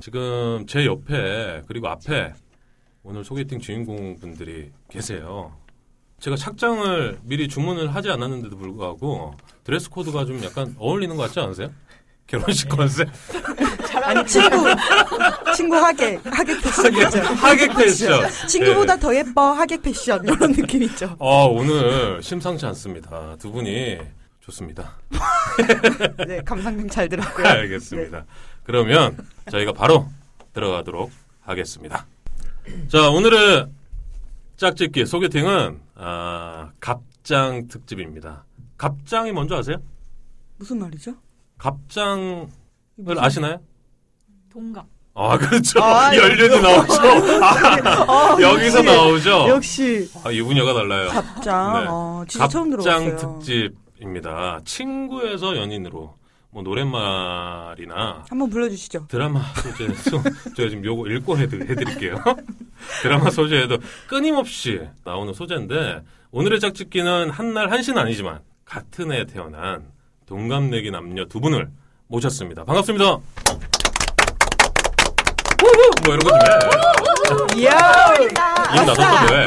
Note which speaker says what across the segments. Speaker 1: 지금 제 옆에 그리고 앞에 오늘 소개팅 주인공 분들이 계세요. 제가 착장을 미리 주문을 하지 않았는데도 불구하고 드레스 코드가 좀 약간 어울리는 것 같지 않으세요? 결혼식 컨셉?
Speaker 2: 아니 친구 친구 하객 하객 패션
Speaker 1: 하객, 하객 패션.
Speaker 2: 친구보다
Speaker 1: 네.
Speaker 2: 더 예뻐 하객 패션 이런 느낌이죠.
Speaker 1: 아, 오늘 심상치 않습니다. 두 분이 좋습니다.
Speaker 2: 네 감상평 잘 들었고요.
Speaker 1: 네. 알겠습니다. 그러면 저희가 바로 들어가도록 하겠습니다. 자, 오늘의 짝짓기 소개팅은 아, 갑장 특집입니다. 갑장이 뭔지 아세요?
Speaker 2: 무슨 말이죠?
Speaker 1: 갑장을 아시나요?
Speaker 3: 동갑.
Speaker 1: 아, 그렇죠.
Speaker 2: 아,
Speaker 1: 연륜이 나오죠.
Speaker 2: 아,
Speaker 1: 여기서 나오죠.
Speaker 2: 역시
Speaker 1: 아, 이 분야가 달라요.
Speaker 2: 갑장.
Speaker 1: 네.
Speaker 2: 어, 진짜 처음
Speaker 1: 갑장
Speaker 2: 들어봤어요.
Speaker 1: 특집입니다. 친구에서 연인으로 뭐 노랫말이나
Speaker 2: 한번 불러주시죠.
Speaker 1: 드라마 소재도 제가 지금 요거 읽고 해드- 해드릴게요. 드라마 소재에도 끊임없이 나오는 소재인데 오늘의 짝짓기는 한날 한시는 아니지만 같은 해에 태어난 동갑내기 남녀 두 분을 모셨습니다. 반갑습니다. 우후! 뭐 이런 거 좀 해.
Speaker 2: 이야
Speaker 1: 입 나섰다고 해.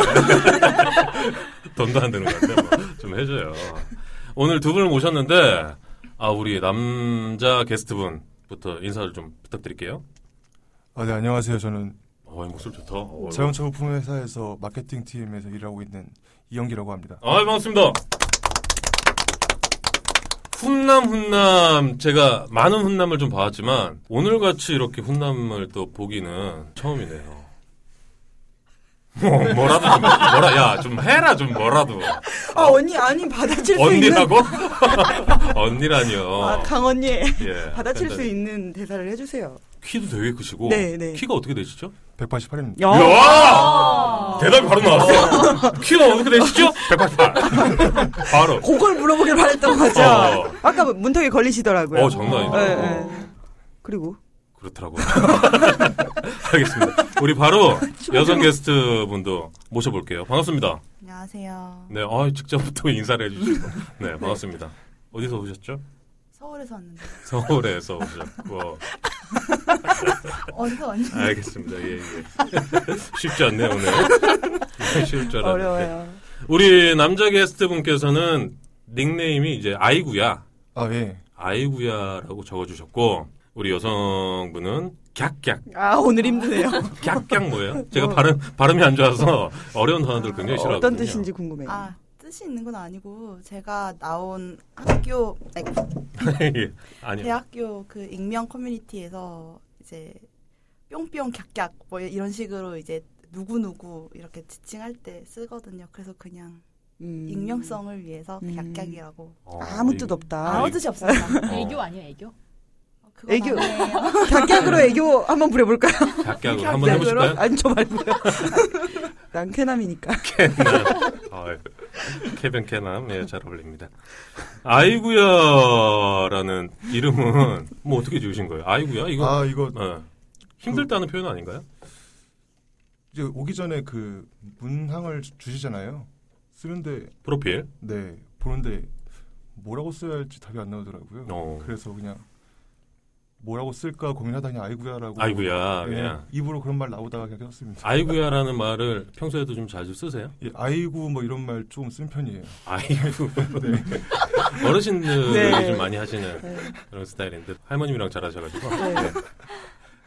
Speaker 1: 돈도 안 되는 것 같아. 뭐좀 해줘요. 오늘 두 분을 모셨는데 아 우리 남자 게스트분부터 인사를 좀 부탁드릴게요.
Speaker 4: 아, 네, 안녕하세요. 저는
Speaker 1: 어, 이 목소리 좋다. 어,
Speaker 4: 자동차 부품 회사에서 마케팅 팀에서 일하고 있는 이영기라고 합니다.
Speaker 1: 아, 반갑습니다. 훈남, 훈남. 제가 많은 훈남을 좀 봐왔지만, 오늘같이 이렇게 훈남을 또 보기는 처음이네요. 뭐, 뭐라도 좀, 뭐라, 야, 좀 해라, 좀 뭐라도.
Speaker 2: 아 언니 아니 받아칠 수 있는
Speaker 1: 언니라고? 어. 언니라니요.
Speaker 2: 아 강언니
Speaker 1: 예.
Speaker 2: 받아칠 수
Speaker 1: 간단히.
Speaker 2: 있는 대사를 해주세요.
Speaker 1: 키도 되게 크시고,
Speaker 2: 네, 아. 네.
Speaker 1: 키가 어떻게 되시죠?
Speaker 4: 188입니다.
Speaker 2: 아.
Speaker 1: 야! 대답이 바로 나왔어. 키가 어떻게 되시죠? 188. 바로.
Speaker 2: 그걸 물어보길 바랬던 거죠.
Speaker 1: 어.
Speaker 2: 아까 뭐 문턱에 걸리시더라고요.
Speaker 1: 어, 장난 아니다.
Speaker 2: 예, 예. 그리고
Speaker 1: 그렇더라고요. 알겠습니다. 우리 바로 여성 게스트 분도 모셔볼게요. 반갑습니다.
Speaker 5: 안녕하세요.
Speaker 1: 네, 아, 직접부터 인사를 해주시고. 네, 반갑습니다. 어디서 오셨죠?
Speaker 5: 서울에서 왔는데
Speaker 1: 서울에서 오셨고. 어,
Speaker 5: 어디서 왔는지
Speaker 1: 알겠습니다. 예, 예. 쉽지 않네요, 오늘. 쉬울 줄 알았는데.
Speaker 2: 어려워요.
Speaker 1: 우리 남자 게스트 분께서는 닉네임이 이제 아이구야.
Speaker 4: 아, 예.
Speaker 1: 아이구야라고 적어주셨고, 우리 여성분은 갸갸.
Speaker 2: 아 오늘 힘드네요.
Speaker 1: 깍깍 뭐예요? 제가 발음 발음이 안 좋아서 어려운 단어들 굉장히 싫어하거든요.
Speaker 2: 어떤 뜻인지 궁금해요.
Speaker 5: 아 뜻이 있는 건 아니고 제가 나온 학교 아니,
Speaker 1: 예, 아니요.
Speaker 5: 대학교 그 익명 커뮤니티에서 이제 뿅뿅 객객 뭐 이런 식으로 이제 누구 누구 이렇게 지칭할 때 쓰거든요. 그래서 그냥
Speaker 2: 음.
Speaker 5: 익명성을 위해서
Speaker 2: 음.
Speaker 5: 객객이라고
Speaker 1: 어,
Speaker 2: 아무 뜻
Speaker 1: 아,
Speaker 2: 없다.
Speaker 5: 아무 뜻이 없습니다.
Speaker 1: 어.
Speaker 3: 애교 아니야, 애교?
Speaker 5: 그건
Speaker 2: 애교.
Speaker 5: 아니에요.
Speaker 2: 객객으로 애교 한번 부려볼까요?
Speaker 1: 깍깍으로 네. 한번 해보실까요?
Speaker 2: 아니 저 말고요. 난 쾌남이니까.
Speaker 1: 아, 케빈 캐남 예, 잘 어울립니다. 아이구야라는 이름은 뭐 어떻게 지으신 거예요? 아이구야 이거
Speaker 4: 아, 이거
Speaker 1: 어, 힘들다는 표현 아닌가요?
Speaker 4: 이제 오기 전에 그 문항을 주- 주시잖아요. 쓰는데
Speaker 1: 프로필.
Speaker 4: 네, 보는데 뭐라고 써야 할지 답이 안 나오더라고요.
Speaker 1: 어.
Speaker 4: 그래서 그냥 뭐라고 쓸까 고민하다 그냥 아이구야라고
Speaker 1: 아이구야
Speaker 4: 예,
Speaker 1: 그냥.
Speaker 4: 입으로 그런 말 나오다가 그냥 썼습니다.
Speaker 1: 아이구야라는 말을 평소에도 좀 자주 쓰세요?
Speaker 4: 예, 아이구 뭐 이런 말 조금 쓴 편이에요.
Speaker 1: 아이구. 어르신들이
Speaker 2: 네.
Speaker 1: 좀 많이 하시는
Speaker 2: 네.
Speaker 1: 그런 스타일인데 할머님이랑 잘하셔가지고
Speaker 2: 네.
Speaker 1: 네.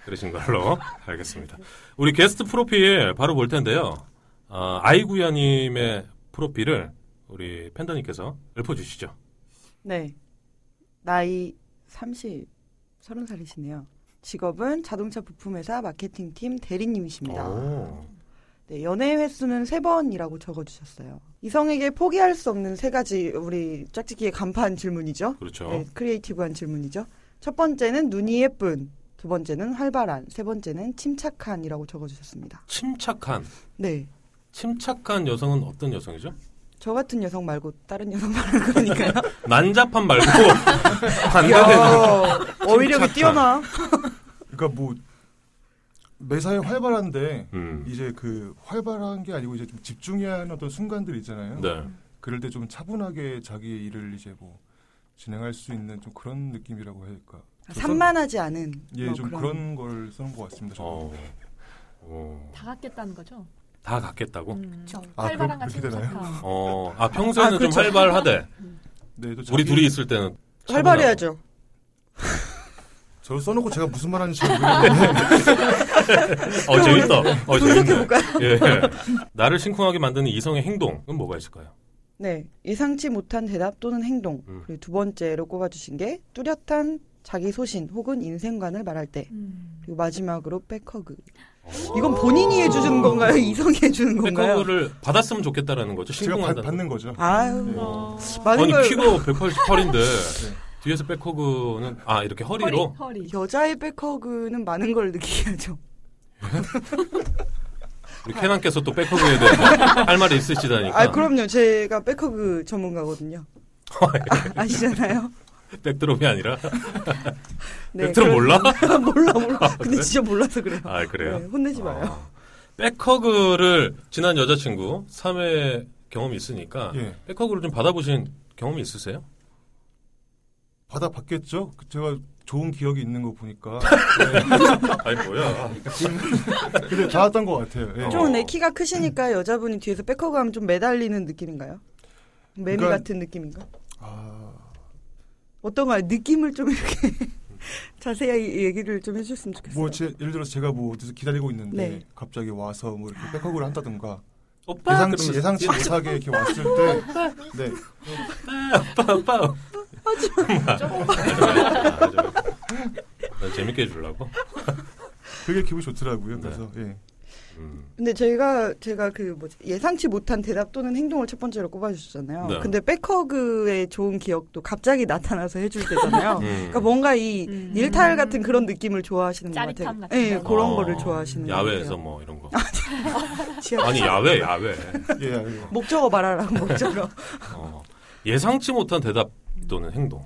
Speaker 1: 그러신 걸로 알겠습니다. 우리 게스트 프로필 바로 볼 텐데요. 아, 아이구야님의 프로필을 우리 팬더님께서 읊어주시죠.
Speaker 2: 네. 나이 30, 30살이시네요. 직업은 자동차 부품회사 마케팅팀 대리님이십니다.
Speaker 1: 어. 오.
Speaker 2: 네, 연애 횟수는 세번이라고 적어주셨어요. 이성에게 포기할 수 없는 세 가지 우리 짝짓기의 간판 질문이죠.
Speaker 1: 그렇죠.
Speaker 2: 네, 크리에이티브한 질문이죠. 첫 번째는 눈이 예쁜, 두 번째는 활발한, 세 번째는 침착한이라고 적어주셨습니다.
Speaker 1: 침착한.
Speaker 2: 네.
Speaker 1: 침착한 여성은 어떤 여성이죠?
Speaker 2: 저 같은 여성 말고 다른 여성 말하는 거니까요.
Speaker 1: 난잡한 말고 반대되는.
Speaker 2: 이야,
Speaker 1: 침착한.
Speaker 2: 어휘력이 뛰어나.
Speaker 4: 그러니까 뭐 매사에 활발한데
Speaker 1: 음.
Speaker 4: 이제 그 활발한 게 아니고 이제 좀 집중해야 하는 어떤 순간들 있잖아요.
Speaker 1: 네.
Speaker 4: 그럴 때 좀 차분하게 자기의 일을 이제 뭐 진행할 수 있는 좀 그런 느낌이라고 해야 할까.
Speaker 2: 산만하지 않은
Speaker 4: 예,
Speaker 2: 뭐
Speaker 4: 좀 그런 걸 쓰는 것 같습니다. 저도.
Speaker 1: 어, 어,
Speaker 3: 다 갖겠다는 거죠.
Speaker 1: 다 갖겠다고?
Speaker 3: 음.
Speaker 5: 그쵸.
Speaker 4: 아,
Speaker 3: 활발한
Speaker 4: 그럼
Speaker 3: 같이
Speaker 4: 그렇게 되나요?
Speaker 3: 착한.
Speaker 1: 어, 아 평소에는
Speaker 2: 아, 그렇죠.
Speaker 1: 좀 활발하대.
Speaker 4: 네, 또
Speaker 1: 우리
Speaker 4: 자기-
Speaker 1: 둘이 있을 때는
Speaker 2: 활발해야죠.
Speaker 4: 저 써놓고 제가 무슨 말하는지 잘 모르겠는데
Speaker 1: 차분하고. 어 재밌다. 어
Speaker 2: 분석해
Speaker 1: 재밌네.
Speaker 2: 볼까요?
Speaker 1: 예. 나를 심쿵하게 만드는 이성의 행동은 뭐가 있을까요?
Speaker 2: 네, 예상치 못한 대답 또는 행동.
Speaker 1: 음.
Speaker 2: 그리고 두 번째로 꼽아주신 게 뚜렷한 자기 소신 혹은 인생관을 말할 때.
Speaker 3: 음.
Speaker 2: 그리고 마지막으로 백허그. 이건 본인이 해주는 건가요? 이성이 해주는 건가요?
Speaker 1: 백허그를 받았으면 좋겠다라는 거죠.
Speaker 4: 제가 받,
Speaker 1: 심쿵한다는.
Speaker 4: 받는 거죠.
Speaker 2: 아유,
Speaker 3: 어.
Speaker 2: 많은
Speaker 1: 네. 아니
Speaker 2: 걸 네.
Speaker 1: 키가 188인데 뒤에서 백허그는 아 이렇게 허리로
Speaker 3: 허리. 허리.
Speaker 2: 여자의 백허그는 많은 걸 느끼죠.
Speaker 1: 우리 캐난께서 또 백허그에 대해 할 말이 있으시다니까.
Speaker 2: 아 그럼요, 제가 백허그 전문가거든요. 아, 아시잖아요.
Speaker 1: 어, 백드롭이 아니라
Speaker 2: 네,
Speaker 1: 백드롭 몰라? 아,
Speaker 2: 그런- 몰라 몰라. 아, 근데
Speaker 1: 그래?
Speaker 2: 진짜 몰라서 그래요.
Speaker 1: 아 그래요.
Speaker 2: 네, 혼내지 마요.
Speaker 1: 아. 백허그를 지난 여자친구 3회 경험이 있으니까
Speaker 4: 예,
Speaker 1: 백허그를 좀 받아보신 경험이 있으세요?
Speaker 4: 받아 받겠죠. 그- 제가 좋은 기억이 있는 거 보니까 네,
Speaker 1: 아니 뭐야.
Speaker 4: 근데 받았던 것 같아요. 예.
Speaker 1: 좀-
Speaker 2: 좀 내 키가 크시니까 여자분이 뒤에서 백허그 하면 좀 매달리는 느낌인가요? 매미
Speaker 4: 그러니까-
Speaker 2: 같은 느낌인가?
Speaker 4: 아,
Speaker 2: 어떤가요? 느낌을 좀 이렇게 자세히 얘기를 좀 해주셨으면 좋겠어요.
Speaker 4: 뭐 제, 예를 들어서 제가 뭐 어디서 기다리고 있는데
Speaker 2: 네.
Speaker 4: 갑자기 와서 뭐 이렇게 백허그를 한다든가
Speaker 1: 오빠
Speaker 4: 예상치
Speaker 1: 그러면서
Speaker 4: 예상치 못하게 이렇게 왔을 때 네.
Speaker 1: 오빠 오빠 오빠. 하지 마. 나 재밌게 해주려고.
Speaker 4: 그게 기분이 좋더라고요. 그래서 예.
Speaker 1: 음.
Speaker 2: 근데 제가 제가 그 뭐지 예상치 못한 대답 또는 행동을 첫 번째로 꼽아주셨잖아요.
Speaker 1: 네.
Speaker 2: 근데 백허그의 좋은 기억도 갑자기 나타나서 해줄 때잖아요.
Speaker 1: 음.
Speaker 2: 그러니까 뭔가 이
Speaker 3: 음.
Speaker 2: 일탈 같은 그런 느낌을 좋아하시는 것
Speaker 3: 짜릿함
Speaker 2: 같아요.
Speaker 3: 같은
Speaker 2: 예,
Speaker 3: 거.
Speaker 2: 그런
Speaker 1: 어,
Speaker 2: 거를 좋아하시는 것
Speaker 1: 야외에서
Speaker 2: 같아요.
Speaker 1: 뭐 이런 거.
Speaker 2: 지하-
Speaker 1: 아니 야외 야외.
Speaker 4: 예, 알고.
Speaker 2: 목적어 말하라고 목적어.
Speaker 4: 네.
Speaker 1: 어. 예상치 못한 대답 또는 행동.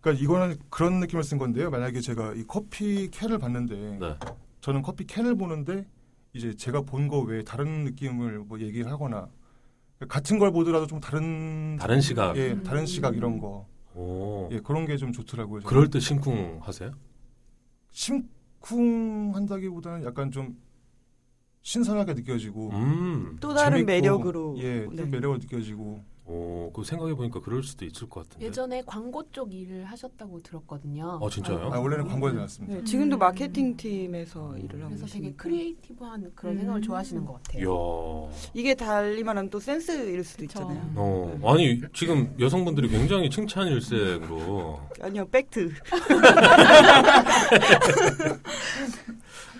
Speaker 4: 그러니까 이거는 그런 느낌을 쓴 건데요. 만약에 제가 이 커피 캔을 봤는데
Speaker 1: 네.
Speaker 4: 저는 커피 캔을 보는데 이제 제가 본 거 외에 다른 느낌을 뭐 얘기를 하거나 같은 걸 보더라도 좀 다른
Speaker 1: 다른 시각.
Speaker 4: 예,
Speaker 3: 음.
Speaker 4: 다른 시각 이런 거.
Speaker 1: 오.
Speaker 4: 예, 그런 게 좀 좋더라고요. 저는.
Speaker 1: 그럴 때 심쿵하세요?
Speaker 4: 예. 심쿵한다기보다는 약간 좀 신선하게 느껴지고
Speaker 1: 음.
Speaker 2: 또 다른
Speaker 4: 재밌고,
Speaker 2: 매력으로.
Speaker 4: 예, 좀
Speaker 2: 네.
Speaker 4: 매력을 느껴지고
Speaker 1: 오. 그 생각해 보니까 그럴 수도 있을 것 같은데.
Speaker 6: 예전에 광고 쪽 일을 하셨다고 들었거든요.
Speaker 1: 아, 진짜요?
Speaker 4: 아, 원래는 광고에 나왔습니다.
Speaker 2: 네,
Speaker 3: 음.
Speaker 2: 지금도 마케팅 팀에서 일을 하고
Speaker 6: 그래서 되게
Speaker 2: 계시니까.
Speaker 6: 크리에이티브한 그런
Speaker 3: 음.
Speaker 6: 생각을 좋아하시는 것
Speaker 2: 네.
Speaker 1: 이야.
Speaker 6: 같아요.
Speaker 1: 어.
Speaker 2: 이게 달리 말하면 또 센스일 수도
Speaker 3: 그쵸.
Speaker 2: 있잖아요.
Speaker 1: 아니 지금 여성분들이 굉장히 칭찬일색으로.
Speaker 2: 아니요, 팩트.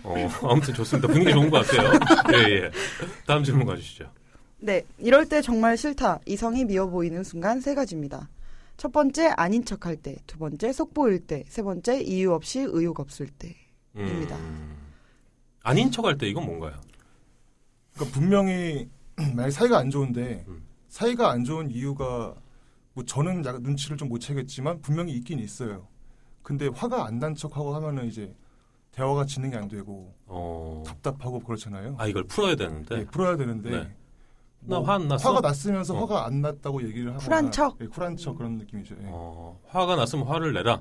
Speaker 1: 어. 아무튼 좋습니다. 분위기 좋은 것 같아요. 예 예. 다음 질문 가주시죠.
Speaker 2: 네, 이럴 때 정말 싫다. 이성이 미워 보이는 순간 세 가지입니다. 첫 번째 아닌 척할 때, 두 번째 속보일 때, 세 번째 이유 없이 의욕 없을 때.
Speaker 1: 음.
Speaker 2: 입니다.
Speaker 1: 아닌 척할 때 이건 뭔가요?
Speaker 4: 그러니까 분명히 만약 사이가 안 좋은데
Speaker 1: 음.
Speaker 4: 사이가 안 좋은 이유가 뭐 저는 약간 눈치를 좀 못 채겠지만 분명히 있긴 있어요. 근데 화가 안 난 척하고 하면은 이제 대화가 진행이 안 되고
Speaker 1: 어.
Speaker 4: 답답하고 그렇잖아요.
Speaker 1: 아 이걸 풀어야 되는데.
Speaker 4: 예, 풀어야 되는데
Speaker 1: 네.
Speaker 4: 뭐
Speaker 1: 나 화 안 났어?
Speaker 4: 화가 났으면서
Speaker 1: 어.
Speaker 4: 화가 안 났다고 얘기를 하거나
Speaker 2: 쿨한 척?
Speaker 4: 예, 쿨한 척 그런 느낌이죠. 예.
Speaker 1: 어, 화가 났으면 화를 내라.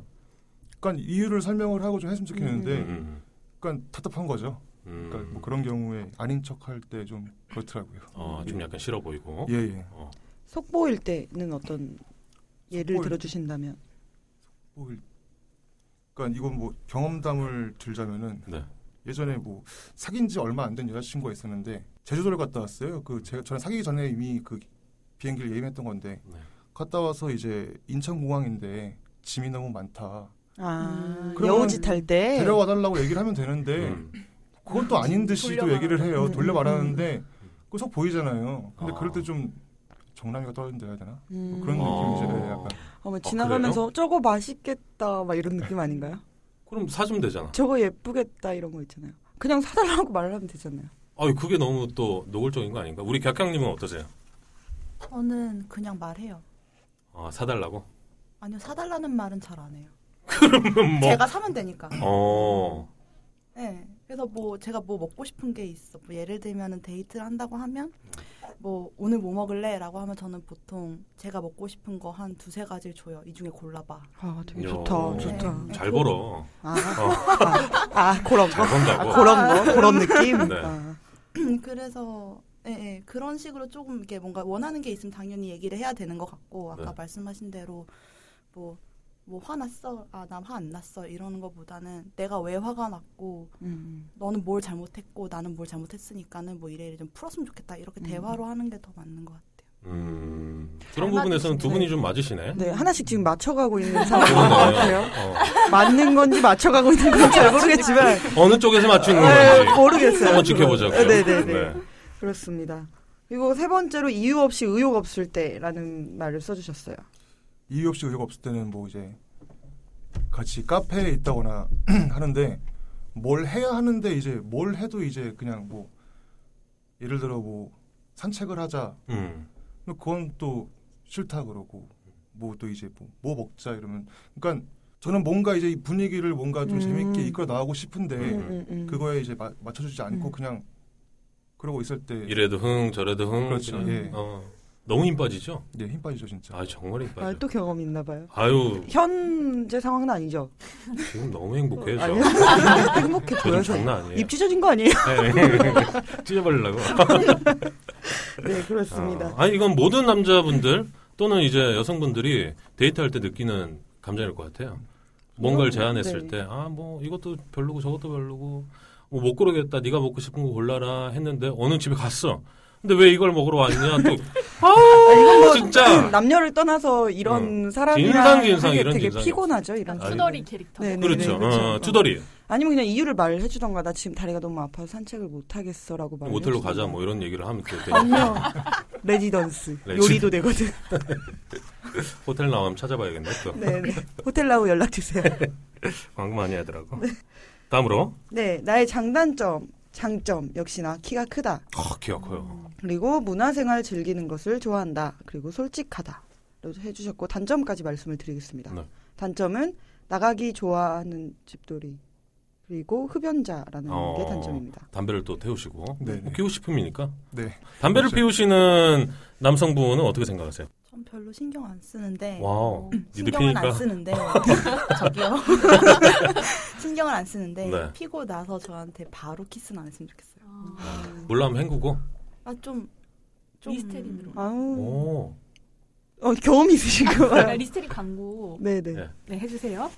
Speaker 4: 그러니까 이유를 설명을 하고 좀 했으면 좋겠는데
Speaker 1: 음,
Speaker 4: 그러니까 답답한 거죠.
Speaker 1: 음.
Speaker 4: 예. 그러니까 뭐 그런 경우에 아닌 척할 때 좀 그렇더라고요.
Speaker 1: 어, 좀 약간 싫어 보이고.
Speaker 4: 예, 예.
Speaker 1: 어.
Speaker 2: 속보일 때는 어떤 예를
Speaker 4: 속보일 때.
Speaker 2: 들어주신다면
Speaker 4: 뭐 일- 그러니까 이건 뭐 경험담을 들자면은
Speaker 1: 네.
Speaker 4: 예전에 뭐 사귄 지 얼마 안 된 여자친구가 있었는데 제주도를 갔다 왔어요. 그 제가 저는 사귀기 전에 이미 그 비행기를 예매했던 건데
Speaker 1: 네.
Speaker 4: 갔다 와서 이제 인천공항인데 짐이 너무 많다.
Speaker 2: 아,
Speaker 4: 그러면
Speaker 2: 여우짓 할 때
Speaker 4: 데려와 달라고 얘기를 하면 되는데
Speaker 1: 음.
Speaker 4: 그건 또 아닌 듯이 또 얘기를 해요.
Speaker 2: 음.
Speaker 4: 돌려 말하는데 그속 보이잖아요. 근데
Speaker 1: 아.
Speaker 4: 그럴 때 좀 정남이가 떨어진다 해야 되나?
Speaker 2: 음.
Speaker 4: 뭐 그런
Speaker 1: 어.
Speaker 4: 느낌이잖아요. 약간
Speaker 2: 어머, 지나가면서 저거 맛있겠다 막 이런 느낌 아닌가요?
Speaker 1: 그럼 사주면 되잖아.
Speaker 2: 저거 예쁘겠다 이런 거 있잖아요. 그냥 사달라고 말하면 되잖아요.
Speaker 1: 아유 그게 너무 또 노골적인 거 아닌가? 우리 객강님은 어떠세요?
Speaker 5: 저는 그냥 말해요.
Speaker 1: 아, 사달라고?
Speaker 5: 아니요 사달라는 말은 잘 안 해요.
Speaker 1: 그러면 뭐?
Speaker 5: 제가 사면 되니까.
Speaker 1: 어.
Speaker 5: 네. 그래서 뭐 제가 뭐 먹고 싶은 게 있어. 뭐 예를 들면은 데이트를 한다고 하면 뭐 오늘 뭐 먹을래라고 하면 저는 보통 제가 먹고 싶은 거 한 두세 가지를 줘요. 이 중에 골라봐.
Speaker 2: 아, 되게
Speaker 1: 야,
Speaker 2: 좋다. 좋다.
Speaker 5: 네.
Speaker 1: 잘 벌어.
Speaker 2: 아, 아, 아, 그런 거.
Speaker 1: 잘 번다고.
Speaker 2: 아, 그런 거. 그런 느낌.
Speaker 1: 네.
Speaker 2: 아,
Speaker 5: 음, 그래서 예, 예. 그런 식으로 조금 이렇게 뭔가 원하는 게 있으면 당연히 얘기를 해야 되는 것 같고 아까
Speaker 1: 네.
Speaker 5: 말씀하신 대로 뭐 뭐 화났어? 아, 나 화 안 났어. 이러는 것보다는 내가 왜 화가 났고
Speaker 2: 음.
Speaker 5: 너는 뭘 잘못했고 나는 뭘 잘못했으니까는 뭐 이래 이래 좀 풀었으면 좋겠다. 이렇게
Speaker 2: 음.
Speaker 5: 대화로 하는 게 더 맞는 것 같아요.
Speaker 1: 음, 그런 부분에서는 두 분이 좀 맞으시네.
Speaker 2: 네, 하나씩 지금 맞춰가고 있는 상황인 것 같아요.
Speaker 1: 그러네요.
Speaker 2: 맞는 건지 맞춰가고 있는 건지 잘 모르겠지만
Speaker 1: 어. 어느 쪽에서 맞추는
Speaker 2: 네,
Speaker 1: 건지
Speaker 2: 모르겠어요.
Speaker 1: 한번 지켜보자고. 요
Speaker 2: 네, 네, 네. 그렇습니다. 그리고 세 번째로 이유 없이 의욕 없을 때라는 말을 써주셨어요.
Speaker 4: 이유 없이 의욕 없을 때는 뭐 이제 같이 카페에 있다거나 하는데 뭘 해야 하는데 이제 뭘 해도 이제 그냥 뭐 예를 들어 뭐 산책을 하자
Speaker 1: 음,
Speaker 4: 근데 그건 또 싫다 그러고 뭐 또 이제 뭐, 뭐 먹자 이러면 그러니까 저는 뭔가 이제 이 분위기를 뭔가 좀
Speaker 2: 음.
Speaker 4: 재밌게 이끌어 나가고 싶은데
Speaker 1: 음.
Speaker 4: 그거에 이제 마- 맞춰주지 않고
Speaker 2: 음.
Speaker 4: 그냥 그러고 있을 때
Speaker 1: 이래도 흥 저래도 흥.
Speaker 4: 그렇죠
Speaker 1: 그냥,
Speaker 4: 예.
Speaker 1: 어, 너무 힘 빠지죠.
Speaker 4: 예, 힘 빠지죠 진짜
Speaker 1: 아 정말 힘
Speaker 2: 아,
Speaker 1: 빠져.
Speaker 2: 또 경험 이 있나 봐요.
Speaker 1: 아유
Speaker 2: 현재 상황은 아니죠.
Speaker 1: 지금 너무 행복해요. 저.
Speaker 2: 아니요. 행복해
Speaker 1: 저 지금
Speaker 2: 보여서.
Speaker 1: 장난 아니에요.
Speaker 2: 입 찢어진 거 아니에요?
Speaker 1: 네. 찢어버리려고.
Speaker 2: 네, 그렇습니다.
Speaker 1: 아, 아니 이건 모든 남자분들 또는 이제 여성분들이 데이트할 때 느끼는 감정일 것 같아요. 뭔가를 제안했을
Speaker 2: 네.
Speaker 1: 때 아 뭐 이것도 별로고 저것도 별로고 뭐 못 고르겠다 네가 먹고 싶은 거 골라라 했는데 어느 집에 갔어. 근데 왜 이걸 먹으러 왔냐 또 아우 진짜
Speaker 2: 뭐
Speaker 1: 어.
Speaker 2: 남녀를 떠나서 이런 사람이랑
Speaker 1: 진상, 진상,
Speaker 2: 되게,
Speaker 1: 이런
Speaker 2: 되게
Speaker 1: 진상이요.
Speaker 2: 피곤하죠 이런.
Speaker 3: 약간
Speaker 1: 아니,
Speaker 2: 게.
Speaker 3: 투덜이 그러니까 캐릭터.
Speaker 2: 네, 네,
Speaker 1: 그렇죠.
Speaker 2: 네, 그렇죠.
Speaker 1: 어, 투덜이
Speaker 2: 아니면 그냥 이유를 말해주던가 나 지금 다리가 너무 아파서 산책을 못 하겠어라고 말.
Speaker 1: 모텔로 가자 뭐 이런 얘기를 하면 되게
Speaker 2: 그렇죠. 아니요. 레지던스
Speaker 1: 레지-
Speaker 2: 요리도 되거든.
Speaker 1: 호텔 나오면 찾아봐야겠네 또
Speaker 2: 네, 네. 호텔라고 연락 주세요.
Speaker 1: 광고 많이 하더라고. 다음으로
Speaker 2: 네, 나의 장단점, 장점 역시나 키가 크다.
Speaker 1: 어, 키가 커요.
Speaker 2: 그리고 문화생활 즐기는 것을 좋아한다. 그리고 솔직하다. 로 해주셨고 단점까지 말씀을 드리겠습니다.
Speaker 1: 네.
Speaker 2: 단점은 나가기 좋아하는 집돌이 그리고 흡연자라는
Speaker 1: 어.
Speaker 2: 게 단점입니다.
Speaker 1: 담배를 또 태우시고
Speaker 4: 네, 네.
Speaker 1: 피우고 싶음이니까
Speaker 4: 네
Speaker 1: 담배를
Speaker 4: 그렇죠.
Speaker 1: 피우시는 남성분은 어떻게 생각하세요?
Speaker 5: 전 별로 신경 안 쓰는데
Speaker 1: 와우, 니들
Speaker 5: 네. 음, 신경은 안
Speaker 1: 피니까.
Speaker 5: 쓰는데 저기요 신경을 안 쓰는데
Speaker 1: 네.
Speaker 5: 피고 나서 저한테 바로 키스는 안 했으면 좋겠어요.
Speaker 3: 아.
Speaker 1: 물라면 헹구고.
Speaker 5: 음. 아좀 좀,
Speaker 3: 리스테린으로.
Speaker 2: 아우,
Speaker 1: 오.
Speaker 2: 어, 경험 있으신 거
Speaker 3: 네,
Speaker 2: 봐요.
Speaker 3: 리스테린 광고
Speaker 2: 네네.
Speaker 1: 네.
Speaker 3: 네, 해주세요.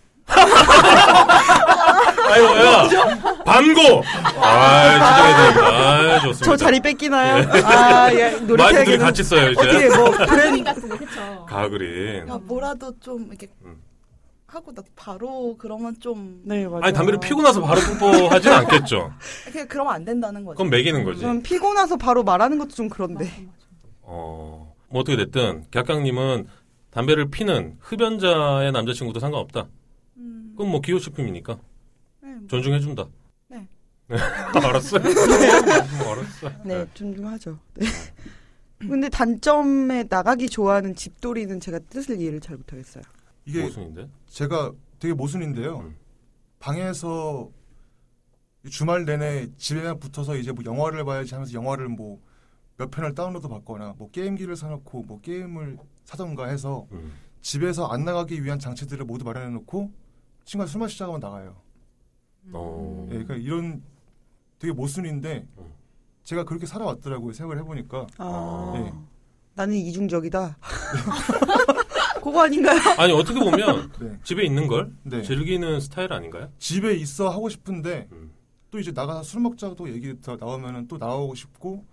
Speaker 1: 아유, 야! 반고! 아, 진짜 아,
Speaker 2: 저
Speaker 1: 좋습니다.
Speaker 2: 자리 뺏기나요? 아, 예,
Speaker 1: 마이크 둘이
Speaker 2: 노래태에게는
Speaker 1: 같이 써요,
Speaker 2: 어떻게
Speaker 1: 이제.
Speaker 2: 뭐
Speaker 3: 그린
Speaker 2: 브랜드
Speaker 3: 같은 거 그렇죠.
Speaker 1: 가그린.
Speaker 5: 야, 아, 뭐라도 좀 이렇게
Speaker 1: 음.
Speaker 5: 하고 나 바로 그러면 좀
Speaker 2: 네 맞아요.
Speaker 1: 아니, 담배를 피우고 나서 바로 뽀뽀하진 않겠죠.
Speaker 5: 이렇게 그러면 안 된다는 거죠.
Speaker 1: 그건 매기는 거지.
Speaker 5: 음.
Speaker 2: 좀 피고 나서 바로 말하는 것도 좀 그런데.
Speaker 3: 맞아, 맞아.
Speaker 1: 어, 뭐 어떻게 됐든, 객강님은 담배를 피는 흡연자의 남자친구도 상관없다.
Speaker 5: 음,
Speaker 1: 그건 뭐 기호식품이니까.
Speaker 5: 네, 뭐,
Speaker 1: 존중해준다.
Speaker 5: 네.
Speaker 1: 알았어요. 뭐 알았어.
Speaker 2: 네, 존중하죠. 네. 근데 단점에 나가기 좋아하는 집돌이는 제가 뜻을 이해를 잘 못하겠어요.
Speaker 4: 이게
Speaker 1: 모순인데?
Speaker 4: 제가 되게 모순인데요
Speaker 1: 음.
Speaker 4: 방에서 주말 내내 집에만 붙어서 이제 뭐 영화를 봐야지 하면서 영화를 뭐 몇 편을 다운로드 받거나 뭐 게임기를 사놓고 뭐 게임을 사던가 해서
Speaker 1: 음.
Speaker 4: 집에서 안 나가기 위한 장치들을 모두 마련해 놓고 친구가 술 마시자고 하면 나가요.
Speaker 1: 어.
Speaker 4: 예, 그러니까 이런 되게 모순인데
Speaker 1: 음.
Speaker 4: 제가 그렇게 살아왔더라고요. 생각을 해보니까
Speaker 2: 아,
Speaker 4: 네.
Speaker 2: 나는 이중적이다. 그거 아닌가요?
Speaker 1: 아니, 어떻게 보면
Speaker 4: 네,
Speaker 1: 집에 있는 걸
Speaker 4: 네.
Speaker 1: 즐기는 스타일 아닌가요?
Speaker 4: 집에 있어 하고 싶은데
Speaker 1: 음.
Speaker 4: 또 이제 나가서 술 먹자고 얘기 더 나오면은 또 나오고 싶고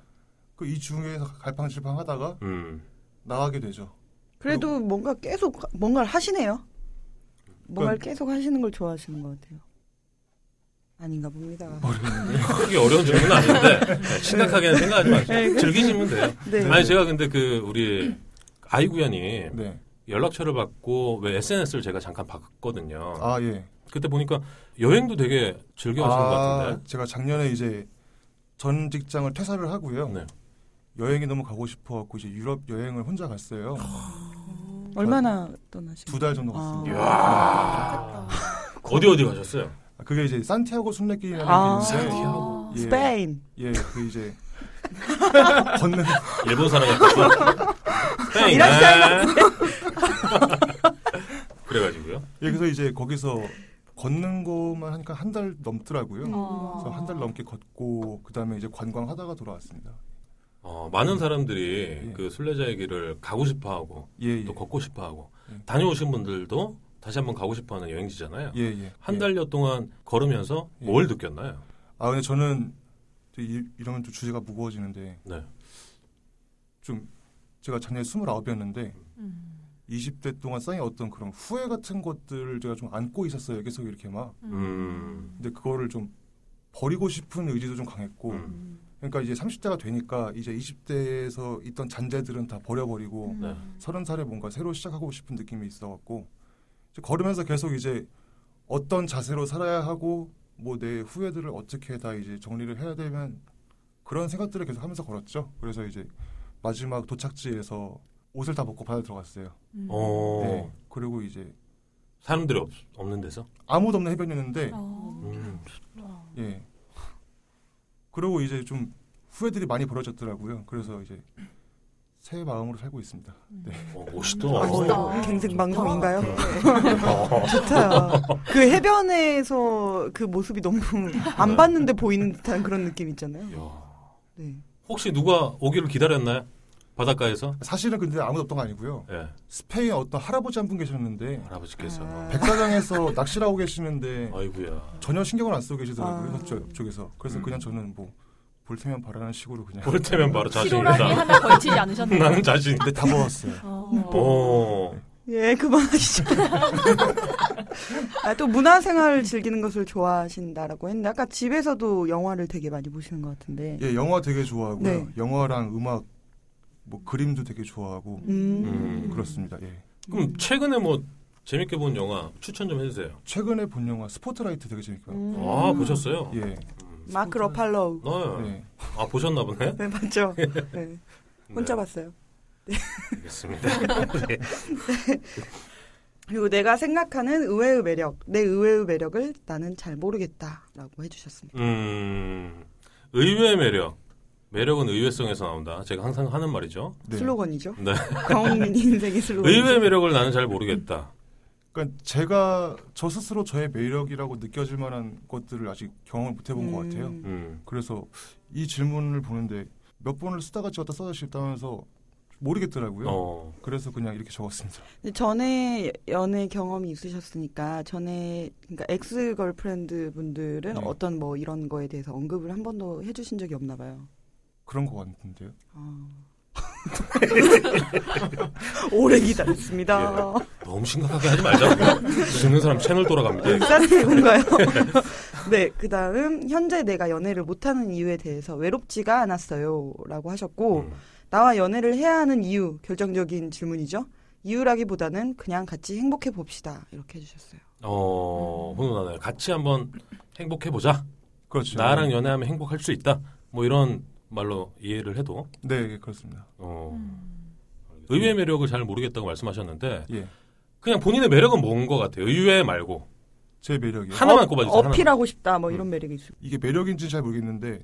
Speaker 4: 그 이 중에서 갈팡질팡하다가
Speaker 1: 음.
Speaker 4: 나가게 되죠.
Speaker 2: 그래도 뭔가 계속 뭔가를 하시네요. 뭔가를 계속 하시는 걸 좋아하시는 것 같아요. 아닌가 봅니다.
Speaker 1: 크게 어려운 질문은 아닌데 네, 심각하게는 생각하지 마세요. 즐기시면 돼요.
Speaker 2: 그렇죠. 네.
Speaker 1: 아니 제가 근데 그 우리 아이구연이
Speaker 4: 네.
Speaker 1: 연락처를 받고 왜 SNS를 제가 잠깐 봤거든요.
Speaker 4: 아 예.
Speaker 1: 그때 보니까 여행도 되게 즐겨하시는 것 같은데.
Speaker 4: 아, 제가 작년에 이제 전 직장을 퇴사를 하고요.
Speaker 1: 네.
Speaker 4: 여행이 너무 가고 싶어 갖고 이제 유럽 여행을 혼자 갔어요.
Speaker 1: 아,
Speaker 2: 얼마나 떠나신?
Speaker 4: 두 달 정도
Speaker 2: 아.
Speaker 4: 갔습니다.
Speaker 1: 어디 어디 가셨어요?
Speaker 4: 그게 이제 산티아고 순례길이라는
Speaker 2: 아.
Speaker 4: 게 있는데
Speaker 3: 어.
Speaker 1: 산티아고.
Speaker 4: 예,
Speaker 2: 스페인.
Speaker 4: 예, 그 이제 걷는
Speaker 1: 일본 사람 같았어. 스페인.
Speaker 2: 이런
Speaker 1: 그래가지고요.
Speaker 4: 예, 그래서 이제 거기서 걷는 것만 하니까 한 달 넘더라고요.
Speaker 3: 어.
Speaker 4: 그래서 한 달 넘게 걷고 그다음에 이제 관광하다가 돌아왔습니다.
Speaker 1: 어, 많은 사람들이
Speaker 4: 예.
Speaker 1: 그 순례자의 길을 가고 싶어하고
Speaker 4: 예, 예.
Speaker 1: 또 걷고 싶어하고
Speaker 4: 예.
Speaker 1: 다녀오신 분들도 다시 한번 가고 싶어하는 여행지잖아요.
Speaker 4: 예, 예.
Speaker 1: 한
Speaker 4: 예.
Speaker 1: 달여 동안 걸으면서
Speaker 4: 예.
Speaker 1: 뭘 느꼈나요?
Speaker 4: 아, 근데 저는 또 이, 이러면 또 주제가 무거워지는데
Speaker 1: 네.
Speaker 4: 좀 제가 작년에 29이었는데
Speaker 3: 음.
Speaker 4: 20대 동안 쌓인 어떤 그런 후회 같은 것들을 제가 좀 안고 있었어요. 계속 이렇게 막.
Speaker 1: 음.
Speaker 4: 근데 그거를 좀 버리고 싶은 의지도 좀 강했고.
Speaker 1: 음.
Speaker 4: 그러니까 이제 30대가 되니까 이제 20대에서 있던 잔재들은 다 버려버리고
Speaker 1: 네.
Speaker 4: 서른 살에 뭔가 새로 시작하고 싶은 느낌이 있어갖고 이제 걸으면서 계속 이제 어떤 자세로 살아야 하고 뭐 내 후회들을 어떻게 다 이제 정리를 해야 되면 그런 생각들을 계속 하면서 걸었죠. 그래서 이제 마지막 도착지에서 옷을 다 벗고 바다 들어갔어요.
Speaker 3: 음.
Speaker 1: 어.
Speaker 4: 네. 그리고 이제
Speaker 1: 사람들이 없, 없는 데서.
Speaker 4: 아무도 없는 해변이었는데
Speaker 3: 어.
Speaker 1: 음.
Speaker 4: 예. 그리고 이제 좀 후회들이 많이 벌어졌더라고요. 그래서 이제 새 마음으로 살고 있습니다.
Speaker 1: 어, 멋있다. 어.
Speaker 2: 아,
Speaker 3: 멋있다.
Speaker 2: 갱생방송인가요?
Speaker 5: 네.
Speaker 2: 좋다. 그 해변에서 그 모습이 너무 안 봤는데 보이는 듯한 그런 느낌 있잖아요.
Speaker 1: 야.
Speaker 2: 네.
Speaker 1: 혹시 누가 오기를 기다렸나요? 바닷가에서?
Speaker 4: 사실은 근데 아무도 없던 거 아니고요.
Speaker 1: 예.
Speaker 4: 스페인 어떤 할아버지 한 분 계셨는데
Speaker 1: 할아버지께서.
Speaker 2: 아.
Speaker 4: 백사장에서 낚시를 하고 계시는데
Speaker 1: 아이고야.
Speaker 4: 전혀 신경을 안 쓰고 계시더라고요
Speaker 2: 아.
Speaker 4: 저쪽 쪽에서 그래서 그냥 저는 뭐 볼테면 바라는 식으로 그냥
Speaker 1: 볼 때면 바로
Speaker 3: 치료라기
Speaker 1: 자신이다.
Speaker 3: 하나 걸치지 않으셨나요?
Speaker 1: 나는 자신이다.
Speaker 4: 근데 다 먹었어요
Speaker 1: 오.
Speaker 2: 예, 그만하시죠. 아, 또 문화생활을 즐기는 것을 좋아하신다라고 했는데 아까 집에서도 영화를 되게 많이 보시는 것 같은데.
Speaker 4: 예 영화 되게 좋아하고요
Speaker 2: 네.
Speaker 4: 영화랑 음악 뭐 그림도 되게 좋아하고
Speaker 1: 음.
Speaker 4: 그렇습니다 예
Speaker 1: 그럼 최근에 뭐 재밌게 본 영화 추천 좀 해주세요.
Speaker 4: 최근에 본 영화 스포트라이트 되게 재밌게 봤고
Speaker 2: 음.
Speaker 1: 아 보셨어요?
Speaker 4: 예
Speaker 2: 마크 러팔로우.
Speaker 1: 네.
Speaker 4: 네.
Speaker 1: 아 보셨나 보네.
Speaker 2: 네, 맞죠. 네. 혼자
Speaker 1: 네,
Speaker 2: 봤어요.
Speaker 1: 알겠습니다. 네.
Speaker 2: 그리고 내가 생각하는 의외의 매력, 내 의외의 매력을 나는 잘 모르겠다라고 해주셨습니다.
Speaker 1: 음 의외의 매력. 매력은 의외성에서 나온다. 제가 항상 하는 말이죠.
Speaker 4: 네.
Speaker 2: 슬로건이죠.
Speaker 1: 네.
Speaker 2: 강홍민 인생의 슬로건.
Speaker 1: 의외의 매력을 나는 잘 모르겠다.
Speaker 4: 그러니까 제가 저 스스로 저의 매력이라고 느껴질 만한 것들을 아직 경험을 못 해본 것 같아요
Speaker 1: 음.
Speaker 4: 그래서 이 질문을 보는데 몇 번을 쓰다가 지웠다 써다 싶다면서 모르겠더라고요.
Speaker 1: 어.
Speaker 4: 그래서 그냥 이렇게 적었습니다.
Speaker 2: 근데 전에 연애 경험이 있으셨으니까 전에 그러니까 엑스 걸프렌드 분들은
Speaker 4: 네.
Speaker 2: 어떤 뭐 이런 거에 대해서 언급을 한 번도 해주신 적이 없나 봐요.
Speaker 4: 그런 것 같은데요.
Speaker 2: 아. 오래 기다렸습니다.
Speaker 4: 예.
Speaker 1: 너무 심각하게 하지 말자고. 듣는 사람 채널 돌아갑니다.
Speaker 2: 싼태군가요 네, 그 다음 현재 내가 연애를 못하는 이유에 대해서 외롭지가 않았어요라고 하셨고
Speaker 1: 음.
Speaker 2: 나와 연애를 해야 하는 이유 결정적인 질문이죠. 이유라기보다는 그냥 같이 행복해 봅시다 이렇게 해주셨어요.
Speaker 1: 어, 훈훈하네요. 같이 한번 행복해보자.
Speaker 4: 그렇죠.
Speaker 1: 나랑 연애하면 행복할 수 있다. 뭐 이런 말로 이해를 해도.
Speaker 4: 네, 예, 그렇습니다.
Speaker 1: 어,
Speaker 3: 음.
Speaker 1: 의외의 매력을 잘 모르겠다고 말씀하셨는데,
Speaker 4: 예,
Speaker 1: 그냥 본인의 매력은 뭔 것 같아요? 의외 말고.
Speaker 4: 제 매력이요.
Speaker 1: 하나만 꼽아주세요. 하나만. 음.
Speaker 2: 어필하고 싶다 뭐 이런 매력이 있어요.
Speaker 4: 이게 매력인지 잘 모르겠는데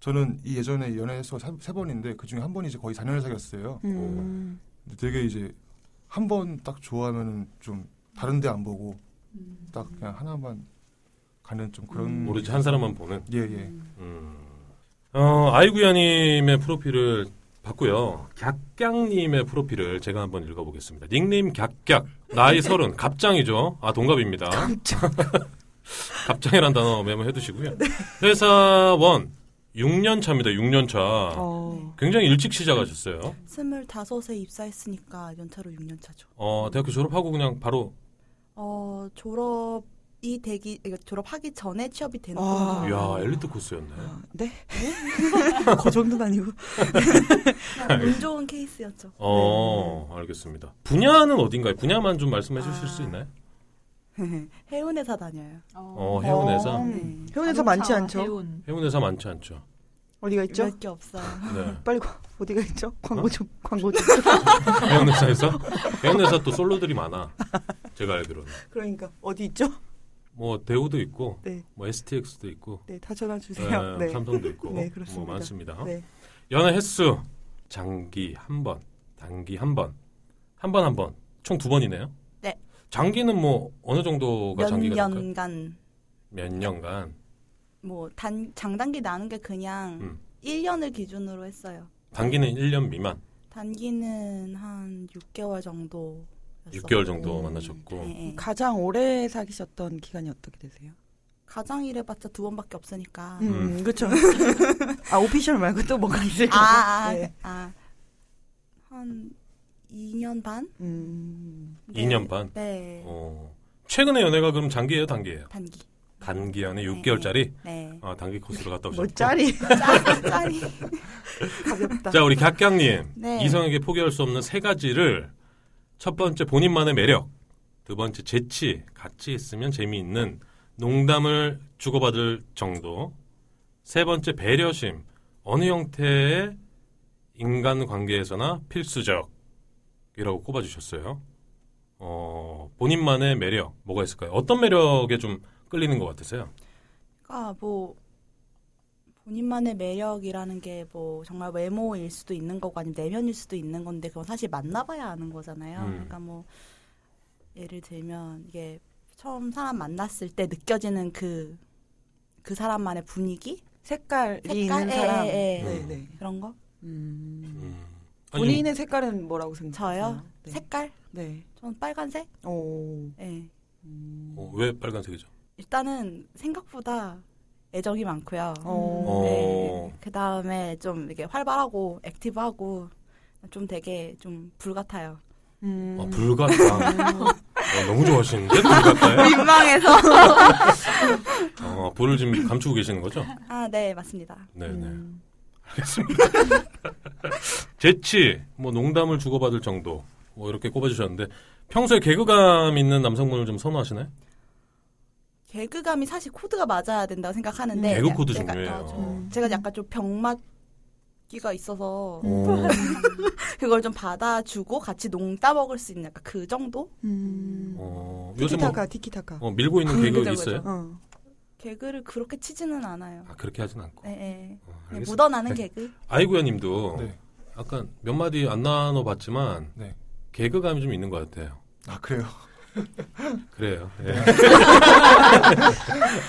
Speaker 4: 저는 이 예전에 연애 횟수가 세- 세 번인데 그 중에 한 번이 이제 거의 4년을 사귀었어요.
Speaker 2: 음.
Speaker 4: 근데 되게 이제 한 번 딱 좋아하면은 좀 다른 데 안 보고 딱 그냥 하나만 가는 좀 그런
Speaker 1: 오로지 한 사람만 보는.
Speaker 4: 예, 예.
Speaker 1: 음. 어, 아이구야님의 프로필을 봤고요. 객객님의 프로필을 제가 한번 읽어보겠습니다. 닉네임 객객. 나이 서른. 갑장이죠. 아, 동갑입니다. 갑장이란 단어 메모해두시고요. 회사원 6년 차입니다. 6년 차.
Speaker 2: 어.
Speaker 1: 굉장히 일찍 시작하셨어요.
Speaker 5: 뭐 스물다섯에 입사했으니까 연차로 6년 차죠.
Speaker 1: 어, 대학교 졸업하고 그냥 바로
Speaker 5: 어 졸업이 되기 이거 졸업하기 전에 취업이 되는
Speaker 2: 아.
Speaker 5: 거예요.
Speaker 1: 이야 엘리트 코스였네.
Speaker 2: 아, 네? 그 정도는 아니고.
Speaker 5: 그냥 운 좋은 케이스였죠.
Speaker 1: 어
Speaker 2: 네.
Speaker 1: 알겠습니다. 분야는 어딘가요? 분야만 좀 말씀해 주실
Speaker 5: 아.
Speaker 1: 수 있나요?
Speaker 5: 해운 회사 다녀요.
Speaker 1: 어 해운 회사
Speaker 2: 어. 회원에서 많지 않죠?
Speaker 3: 아, 해운.
Speaker 1: 해운 회사 많지 않죠.
Speaker 2: 어디가 있죠?
Speaker 5: 몇 개 없어요.
Speaker 1: 네
Speaker 2: 빨리 가- 어디가 있죠? 광고 좀 광고 좀.
Speaker 1: 해운 회사에서 해운 회사 또 솔로들이 많아. 제가 알기로는
Speaker 2: 그러니까 어디 있죠?
Speaker 1: 뭐 대우도 있고
Speaker 2: 네.
Speaker 1: 뭐 STX도 있고
Speaker 2: 네, 다 전화 주세요.
Speaker 1: 네,
Speaker 2: 네.
Speaker 1: 삼성도 있고
Speaker 2: 네, 그렇습니다.
Speaker 1: 뭐 많습니다.
Speaker 2: 네.
Speaker 1: 연애 횟수 장기 한 번, 단기 한 번, 한 번 한 번, 총 두 번이네요.
Speaker 5: 네.
Speaker 1: 장기는 뭐 어느 정도가
Speaker 5: 몇
Speaker 1: 장기가 될까요?
Speaker 5: 년간
Speaker 1: 몇 년간.
Speaker 5: 뭐 단 장단기 나눈 게 그냥
Speaker 1: 음.
Speaker 5: 1년을 기준으로 했어요.
Speaker 1: 단기는 1년 미만,
Speaker 5: 단기는 한 6개월 예, 정도.
Speaker 1: 6개월 정도
Speaker 2: 음,
Speaker 1: 만나셨고
Speaker 5: 네.
Speaker 2: 가장 오래 사귀셨던 기간이 어떻게 되세요?
Speaker 5: 가장 일해봤자 두 번밖에 없으니까.
Speaker 1: 음.
Speaker 2: 음, 그렇죠. 아, 오피셜 말고 또 뭐가 있을까요?
Speaker 5: 아, 아,
Speaker 2: 네.
Speaker 5: 아. 한 2년 반?
Speaker 2: 음.
Speaker 5: 네.
Speaker 1: 2년 반.
Speaker 5: 네.
Speaker 1: 어. 최근의 연애가 그럼 장기예요, 단기예요?
Speaker 5: 단기.
Speaker 1: 단기 연애
Speaker 5: 네,
Speaker 1: 6개월짜리.
Speaker 5: 네.
Speaker 1: 아, 단기 코스로 갔다
Speaker 2: 뭐
Speaker 1: 오셨고.
Speaker 2: 짜리
Speaker 5: 짜리.
Speaker 2: 가볍다.
Speaker 1: 자, 우리 객경님
Speaker 5: 네.
Speaker 1: 이성에게 포기할 수 없는 세 가지를 첫 번째 본인만의 매력, 두 번째 재치, 같이 있으면 재미있는 농담을 주고받을 정도, 세 번째 배려심, 어느 형태의 인간 관계에서나 필수적이라고 꼽아주셨어요. 어, 본인만의 매력 뭐가 있을까요? 어떤 매력에 좀 끌리는 것 같으세요?
Speaker 5: 그러니까 뭐 본인만의 매력이라는 게 뭐 정말 외모일 수도 있는 거고 아니면 내면일 수도 있는 건데 그건 사실 만나봐야 아는 거잖아요.
Speaker 1: 음.
Speaker 5: 그러니까 뭐 예를 들면 이게 처음 사람 만났을 때 느껴지는 그 그 사람만의 분위기
Speaker 2: 색깔이
Speaker 5: 색깔?
Speaker 2: 있는
Speaker 5: 예,
Speaker 2: 사람.
Speaker 5: 예, 예.
Speaker 2: 네, 네.
Speaker 5: 그런 거
Speaker 2: 음.
Speaker 1: 음. 아니, 좀
Speaker 2: 본인의 색깔은 뭐라고 생각하세요?
Speaker 5: 저요?
Speaker 2: 네.
Speaker 5: 색깔
Speaker 2: 네.
Speaker 5: 저는 빨간색
Speaker 2: 오.
Speaker 5: 예
Speaker 2: 음.
Speaker 1: 어, 왜 빨간색이죠?
Speaker 5: 일단은 생각보다 애정이 많고요.
Speaker 2: 어.
Speaker 1: 어.
Speaker 5: 그 다음에 좀 이게 활발하고 액티브하고 좀 되게 좀 불같아요.
Speaker 2: 음.
Speaker 1: 아, 불같다. 어, 너무 좋아하시는데 불 같아요.
Speaker 5: 민망해서.
Speaker 1: 어, 불을 지금 감추고 계시는 거죠?
Speaker 5: 아, 네, 맞습니다.
Speaker 1: 네네.
Speaker 2: 음.
Speaker 1: 알겠습니다. 재치, 뭐 농담을 주고받을 정도, 뭐 이렇게 꼽아주셨는데 평소에 개그감 있는 남성분을 좀 선호하시나요?
Speaker 5: 개그감이 사실 코드가 맞아야 된다고 생각하는데.
Speaker 2: 네,
Speaker 1: 음, 개그 코드
Speaker 5: 제가- 아,
Speaker 1: 중요해요.
Speaker 2: 좀-
Speaker 5: 제가 약간 좀 병맛기가 있어서
Speaker 1: 오.
Speaker 5: 그걸 좀 받아주고 같이 농 따먹을 수 있는 약간 그 정도?
Speaker 2: 음.
Speaker 1: 어, 요즘 뭐,
Speaker 2: 티키타카, 티키타카.
Speaker 1: 어, 밀고 있는 개그 있어요?
Speaker 2: 어.
Speaker 5: 개그를 그렇게 치지는 않아요.
Speaker 1: 아, 그렇게 하진 않고.
Speaker 5: 네, 네.
Speaker 1: 어,
Speaker 5: 그냥
Speaker 1: 알겠습니다.
Speaker 5: 묻어나는 개그?
Speaker 1: 아이구야님도
Speaker 4: 네.
Speaker 1: 약간 몇 마디 안 나눠봤지만
Speaker 4: 네.
Speaker 1: 개그감이 좀 있는 것 같아요.
Speaker 4: 아 그래요.
Speaker 1: 그래요.
Speaker 4: 네.
Speaker 1: 예.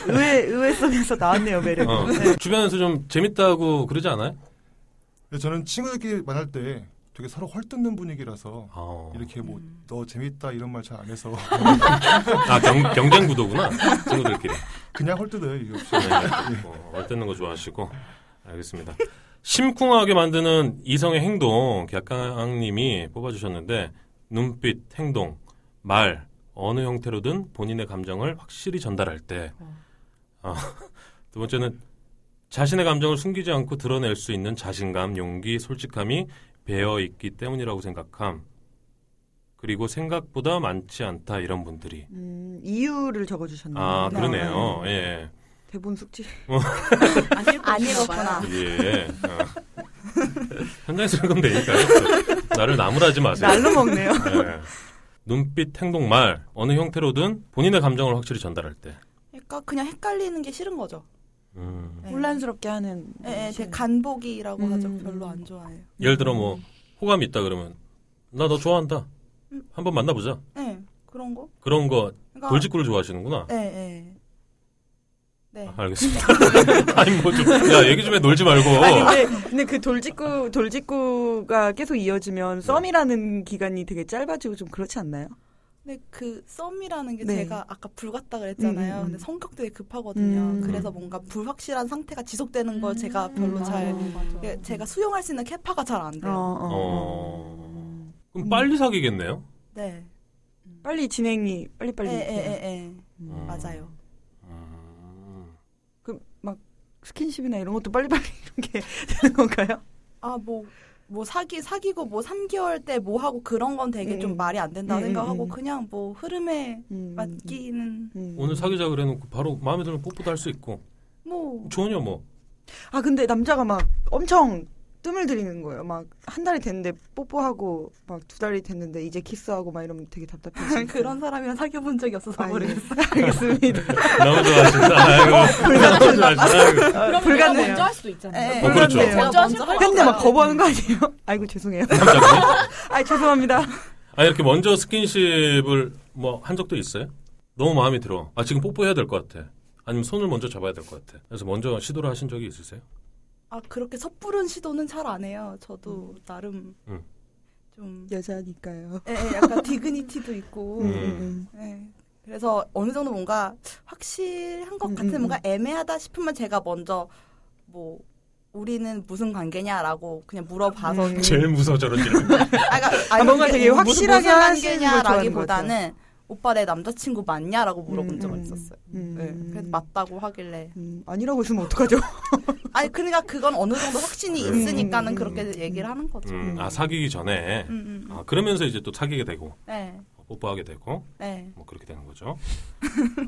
Speaker 2: 의외, 의외 속에서 나왔네요, 매력.
Speaker 1: 어, 주변에서 좀 재밌다고 그러지 않아요?
Speaker 4: 근데 저는 친구들끼리 만날 때 되게 서로 헐뜯는 분위기라서
Speaker 1: 어.
Speaker 4: 이렇게 뭐 너
Speaker 5: 음.
Speaker 4: 재밌다 이런 말 잘 안 해서
Speaker 1: 아 경, 경쟁 구도구나 친구들끼리.
Speaker 4: 그냥 헐뜯어요 이게 없이.
Speaker 1: 네. 어, 얼뜯는 거 좋아하시고 알겠습니다. 심쿵하게 만드는 이성의 행동 객강님이 뽑아주셨는데 눈빛, 행동, 말 어느 형태로든 본인의 감정을 확실히 전달할 때.
Speaker 6: 어.
Speaker 1: 아, 두 번째는 자신의 감정을 숨기지 않고 드러낼 수 있는 자신감, 용기, 솔직함이 배어 있기 때문이라고 생각함. 그리고 생각보다 많지 않다 이런 분들이.
Speaker 2: 음, 이유를 적어주셨네요.
Speaker 1: 아 그러네요.
Speaker 2: 네.
Speaker 1: 예.
Speaker 2: 대본 숙지.
Speaker 5: 안 읽었구나.
Speaker 1: 예. 어. 현장에서 읽으면 되니까요. 나를 나무라지 마세요.
Speaker 2: 날로 먹네요.
Speaker 1: 예. 눈빛, 행동, 말 어느 형태로든 본인의 감정을 확실히 전달할 때.
Speaker 5: 그러니까 그냥 헷갈리는 게 싫은 거죠.
Speaker 1: 음.
Speaker 5: 네.
Speaker 2: 혼란스럽게 하는.
Speaker 5: 예, 예, 되게
Speaker 2: 시간.
Speaker 5: 간보기라고
Speaker 2: 음,
Speaker 5: 하죠.
Speaker 2: 음.
Speaker 5: 별로 안 좋아해요.
Speaker 1: 예를 들어 뭐 호감이 있다 그러면 나 너 좋아한다.
Speaker 5: 음.
Speaker 1: 한번 만나보자.
Speaker 5: 예, 그런 거?
Speaker 1: 그런 거
Speaker 5: 그러니까
Speaker 1: 돌직구를 좋아하시는구나.
Speaker 5: 예, 예. 네.
Speaker 1: 아, 알겠습니다. 아니 뭐좀야 얘기 좀 해 놀지 말고.
Speaker 2: 아니, 근데, 근데 그 돌직구, 돌직구가 계속
Speaker 1: 네.
Speaker 2: 이어지면 썸이라는 기간이 되게 짧아지고 좀 그렇지 않나요?
Speaker 5: 근데 그 썸이라는 게
Speaker 2: 네.
Speaker 5: 제가 아까 불 같다 그랬잖아요.
Speaker 2: 음, 음, 음.
Speaker 5: 근데 성격 되게 급하거든요.
Speaker 2: 음.
Speaker 5: 그래서 뭔가 불확실한 상태가 지속되는 걸
Speaker 6: 음.
Speaker 5: 제가 별로
Speaker 2: 음,
Speaker 5: 잘
Speaker 2: 아.
Speaker 5: 예, 제가 수용할 수 있는 캐파가 잘 안
Speaker 2: 어,
Speaker 5: 돼요.
Speaker 2: 어,
Speaker 1: 어. 그럼 빨리 사귀겠네요.
Speaker 5: 네.
Speaker 2: 빨리 진행이 빨리빨리.
Speaker 5: 예, 예,
Speaker 2: 돼요.
Speaker 5: 예, 예.
Speaker 1: 음.
Speaker 5: 맞아요.
Speaker 1: 음.
Speaker 2: 그 스킨십이나 이런 것도 빨리빨리 이렇게 되는 건가요?
Speaker 5: 아, 뭐, 뭐 사기, 사귀고 뭐 3개월 때 뭐 하고 그런 건 되게
Speaker 2: 음.
Speaker 5: 좀 말이 안 된다고
Speaker 2: 음,
Speaker 5: 생각하고
Speaker 2: 음.
Speaker 5: 그냥 뭐 흐름에
Speaker 2: 음,
Speaker 5: 맞기는
Speaker 2: 음.
Speaker 1: 오늘 사귀자 그래놓고 바로 마음에 들면 뽀뽀도 할 수 있고
Speaker 5: 뭐.
Speaker 1: 좋으냐 뭐.
Speaker 2: 아 근데 남자가 막 엄청 뜸을 들이는 거예요. 막 한 달이 됐는데 뽀뽀하고 막 두 달이 됐는데 이제 키스하고 막 이러면 되게 답답해지고
Speaker 5: 그런 사람이랑 사귀어본 적이
Speaker 2: 음.
Speaker 5: 없어서
Speaker 2: 아, 예.
Speaker 5: 모르겠어요.
Speaker 2: 알겠습니다.
Speaker 1: 너무 좋아하신다. 아이고. 너무 좋아하신다. 아이고.
Speaker 3: 그럼 내가
Speaker 2: 불가능해요. 네.
Speaker 3: 먼저 할 수도 있잖아요.
Speaker 5: 예,
Speaker 1: 어, 그렇죠.
Speaker 5: 그런데요.
Speaker 3: 먼저 하실 것
Speaker 2: 근데 막
Speaker 3: 같아요.
Speaker 2: 거부하는 거 아니에요? 아이고 죄송해요.
Speaker 1: 남자분이?
Speaker 2: 아 죄송합니다.
Speaker 1: 아 이렇게 먼저 스킨십을 뭐 한 적도 있어요? 너무 마음에 들어. 아 지금 뽀뽀해야 될 것 같아. 아니면 손을 먼저 잡아야 될 것 같아. 그래서 먼저 시도를 하신 적이 있으세요?
Speaker 5: 아 그렇게 섣부른 시도는 잘 안 해요. 저도 나름
Speaker 1: 음.
Speaker 5: 좀
Speaker 2: 여자니까요.
Speaker 5: 예, 예, 약간 디그니티도 있고
Speaker 1: 음.
Speaker 5: 예. 그래서 어느 정도 뭔가 확실한 것
Speaker 2: 음,
Speaker 5: 같은
Speaker 2: 음,
Speaker 5: 뭔가 애매하다 싶으면 제가 먼저 뭐 우리는 무슨 관계냐라고 그냥 물어봐서
Speaker 2: 음.
Speaker 1: 제일 무서워 저런 질문.
Speaker 5: 아, 그러니까
Speaker 2: 아, 뭔가
Speaker 5: 그게
Speaker 2: 되게
Speaker 5: 무슨-
Speaker 2: 확실하게
Speaker 5: 무슨
Speaker 2: 하시는 걸 좋아하는
Speaker 5: 관계냐라기보다는 오빠 내 남자친구 맞냐라고 물어본
Speaker 2: 음,
Speaker 5: 적은
Speaker 2: 음,
Speaker 5: 있었어요.
Speaker 2: 음.
Speaker 5: 예, 그래서 맞다고 하길래
Speaker 2: 음, 아니라고 있으면 어떡하죠?
Speaker 5: 아니 그러니까 그건 어느 정도 확신이
Speaker 1: 음,
Speaker 5: 있으니까는
Speaker 2: 음,
Speaker 5: 그렇게 얘기를 하는 거죠.
Speaker 1: 음, 아 사귀기 전에.
Speaker 5: 음, 음,
Speaker 1: 아 그러면서 이제 또 사귀게 되고
Speaker 5: 네,
Speaker 1: 뽀뽀하게 되고
Speaker 5: 네.
Speaker 1: 뭐 그렇게 되는 거죠.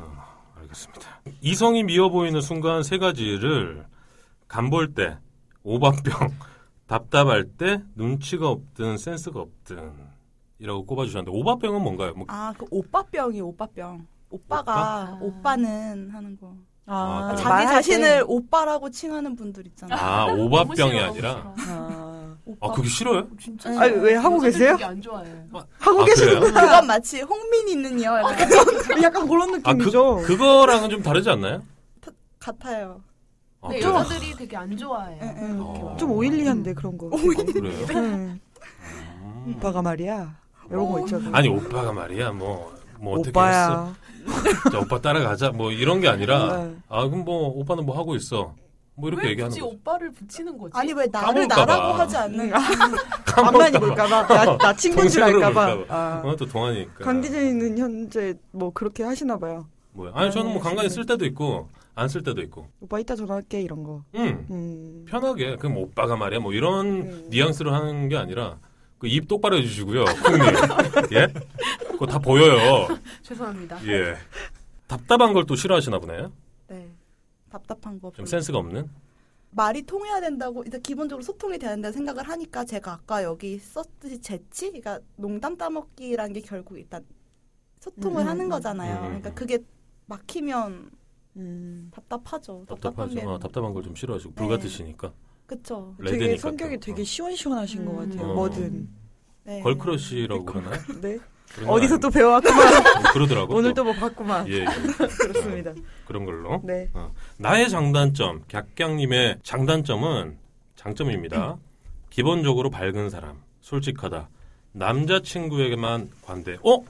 Speaker 1: 어, 알겠습니다. 이성이 미워 보이는 순간 세 가지를 간볼 때, 오밥병, 답답할 때, 눈치가 없든 센스가 없든 이라고 꼽아주셨는데 오밥병은 뭔가요? 뭐
Speaker 5: 아, 그 오빠병이 오빠병. 오빠가 오빠? 는 하는 거.
Speaker 1: 아,
Speaker 5: 자기
Speaker 2: 말할
Speaker 5: 자신을
Speaker 2: 때.
Speaker 5: 오빠라고 칭하는 분들 있잖아요.
Speaker 1: 아
Speaker 6: 너무 싫어,
Speaker 1: 오밥병이
Speaker 6: 너무
Speaker 1: 아니라
Speaker 6: 싫어.
Speaker 2: 아,
Speaker 5: 오빠.
Speaker 1: 아 그게 싫어요?
Speaker 6: 진짜.
Speaker 5: 아니,
Speaker 2: 왜 하고
Speaker 6: 여자들
Speaker 2: 계세요?
Speaker 6: 되게 안 좋아해.
Speaker 2: 하고
Speaker 1: 아,
Speaker 2: 계시는
Speaker 1: 그래요?
Speaker 5: 그건 마치 홍민이는요. 약간
Speaker 2: 약간 그런
Speaker 1: 아 그,
Speaker 2: 느낌이죠.
Speaker 1: 그거랑은 좀 다르지 않나요?
Speaker 5: 같아요.
Speaker 1: 아,
Speaker 7: 네,
Speaker 6: 근데
Speaker 1: 그래요?
Speaker 6: 여자들이 되게 안 좋아해.
Speaker 5: 예, 예.
Speaker 2: 음,
Speaker 1: 어.
Speaker 2: 좀 오일리한데 그런 거.
Speaker 1: 아, 그래요?
Speaker 2: 음,
Speaker 1: 음.
Speaker 2: 오빠가 말이야. 이런 거 있잖아.
Speaker 1: 아니 오빠가 말이야 뭐. 뭐 어떻게 했어?
Speaker 2: 오빠야.
Speaker 1: 자, 오빠 따라가자. 뭐 이런 게 아니라
Speaker 2: 네.
Speaker 1: 아 그럼 뭐 오빠는 뭐 하고 있어? 뭐 이렇게
Speaker 6: 왜
Speaker 1: 얘기하는
Speaker 6: 굳이
Speaker 1: 거죠.
Speaker 6: 오빠를 붙이는 거지?
Speaker 5: 아니 왜 나를
Speaker 1: 까먹을까 봐. 음.
Speaker 5: 나라고 하지 않는
Speaker 2: 앞만 입을까봐. 나, 나 친구인 줄
Speaker 1: 동생으로
Speaker 2: 알까봐.
Speaker 1: 볼까봐.
Speaker 2: 아.
Speaker 1: 어, 또 동안이니까.
Speaker 2: 강기진이는 현재 뭐 그렇게 하시나 봐요.
Speaker 1: 뭐야? 아니 저는 뭐
Speaker 2: 네,
Speaker 1: 간간히
Speaker 2: 지금.
Speaker 1: 쓸 때도 있고 안 쓸 때도 있고.
Speaker 2: 오빠 이따 전화할게 이런 거.
Speaker 1: 음
Speaker 2: 음.
Speaker 1: 편하게 그럼 오빠가 말이야 뭐 이런
Speaker 2: 음.
Speaker 1: 뉘앙스로 하는 게 아니라 그 입 똑바로 해주시고요, 형님. 예? 그거 다 보여요.
Speaker 6: 죄송합니다.
Speaker 1: 예. 답답한 걸 또 싫어하시나 보네요.
Speaker 5: 네. 답답한 거.
Speaker 1: 좀
Speaker 2: 음.
Speaker 5: 별로.
Speaker 1: 센스가 없는.
Speaker 5: 말이 통해야 된다고 일단 기본적으로 소통이 돼야 된다는 생각을 하니까 제가 아까 여기 썼듯이 재치, 그러니까 농담 따먹기라는 게 결국 일단 소통을
Speaker 2: 음.
Speaker 5: 하는 거잖아요.
Speaker 1: 음.
Speaker 5: 그러니까 그게 막히면
Speaker 2: 음.
Speaker 5: 답답하죠. 답답한
Speaker 1: 답답하죠.
Speaker 5: 게.
Speaker 1: 아, 답답한 걸 좀 싫어하시고
Speaker 5: 네.
Speaker 1: 불같으시니까.
Speaker 5: 그쵸.
Speaker 2: 되게
Speaker 1: 레드니까
Speaker 2: 성격이
Speaker 1: 또.
Speaker 2: 되게 시원시원하신 것
Speaker 6: 음.
Speaker 2: 같아요.
Speaker 1: 어.
Speaker 2: 뭐든.
Speaker 5: 네.
Speaker 1: 걸크러쉬라고 그러나요?
Speaker 2: 네.
Speaker 1: 어. 그런 건
Speaker 2: 어디서
Speaker 1: 아니-
Speaker 2: 또 배워왔구만.
Speaker 1: 그러더라고.
Speaker 2: 오늘 또 뭐 봤구만.
Speaker 1: 어, 예, 예.
Speaker 2: 그렇습니다.
Speaker 1: 그런 걸로.
Speaker 2: 네.
Speaker 1: 나의 장단점, 객경님의 장단점은 장점입니다. 기본적으로 밝은 사람, 솔직하다. 남자친구에게만 관대. 어?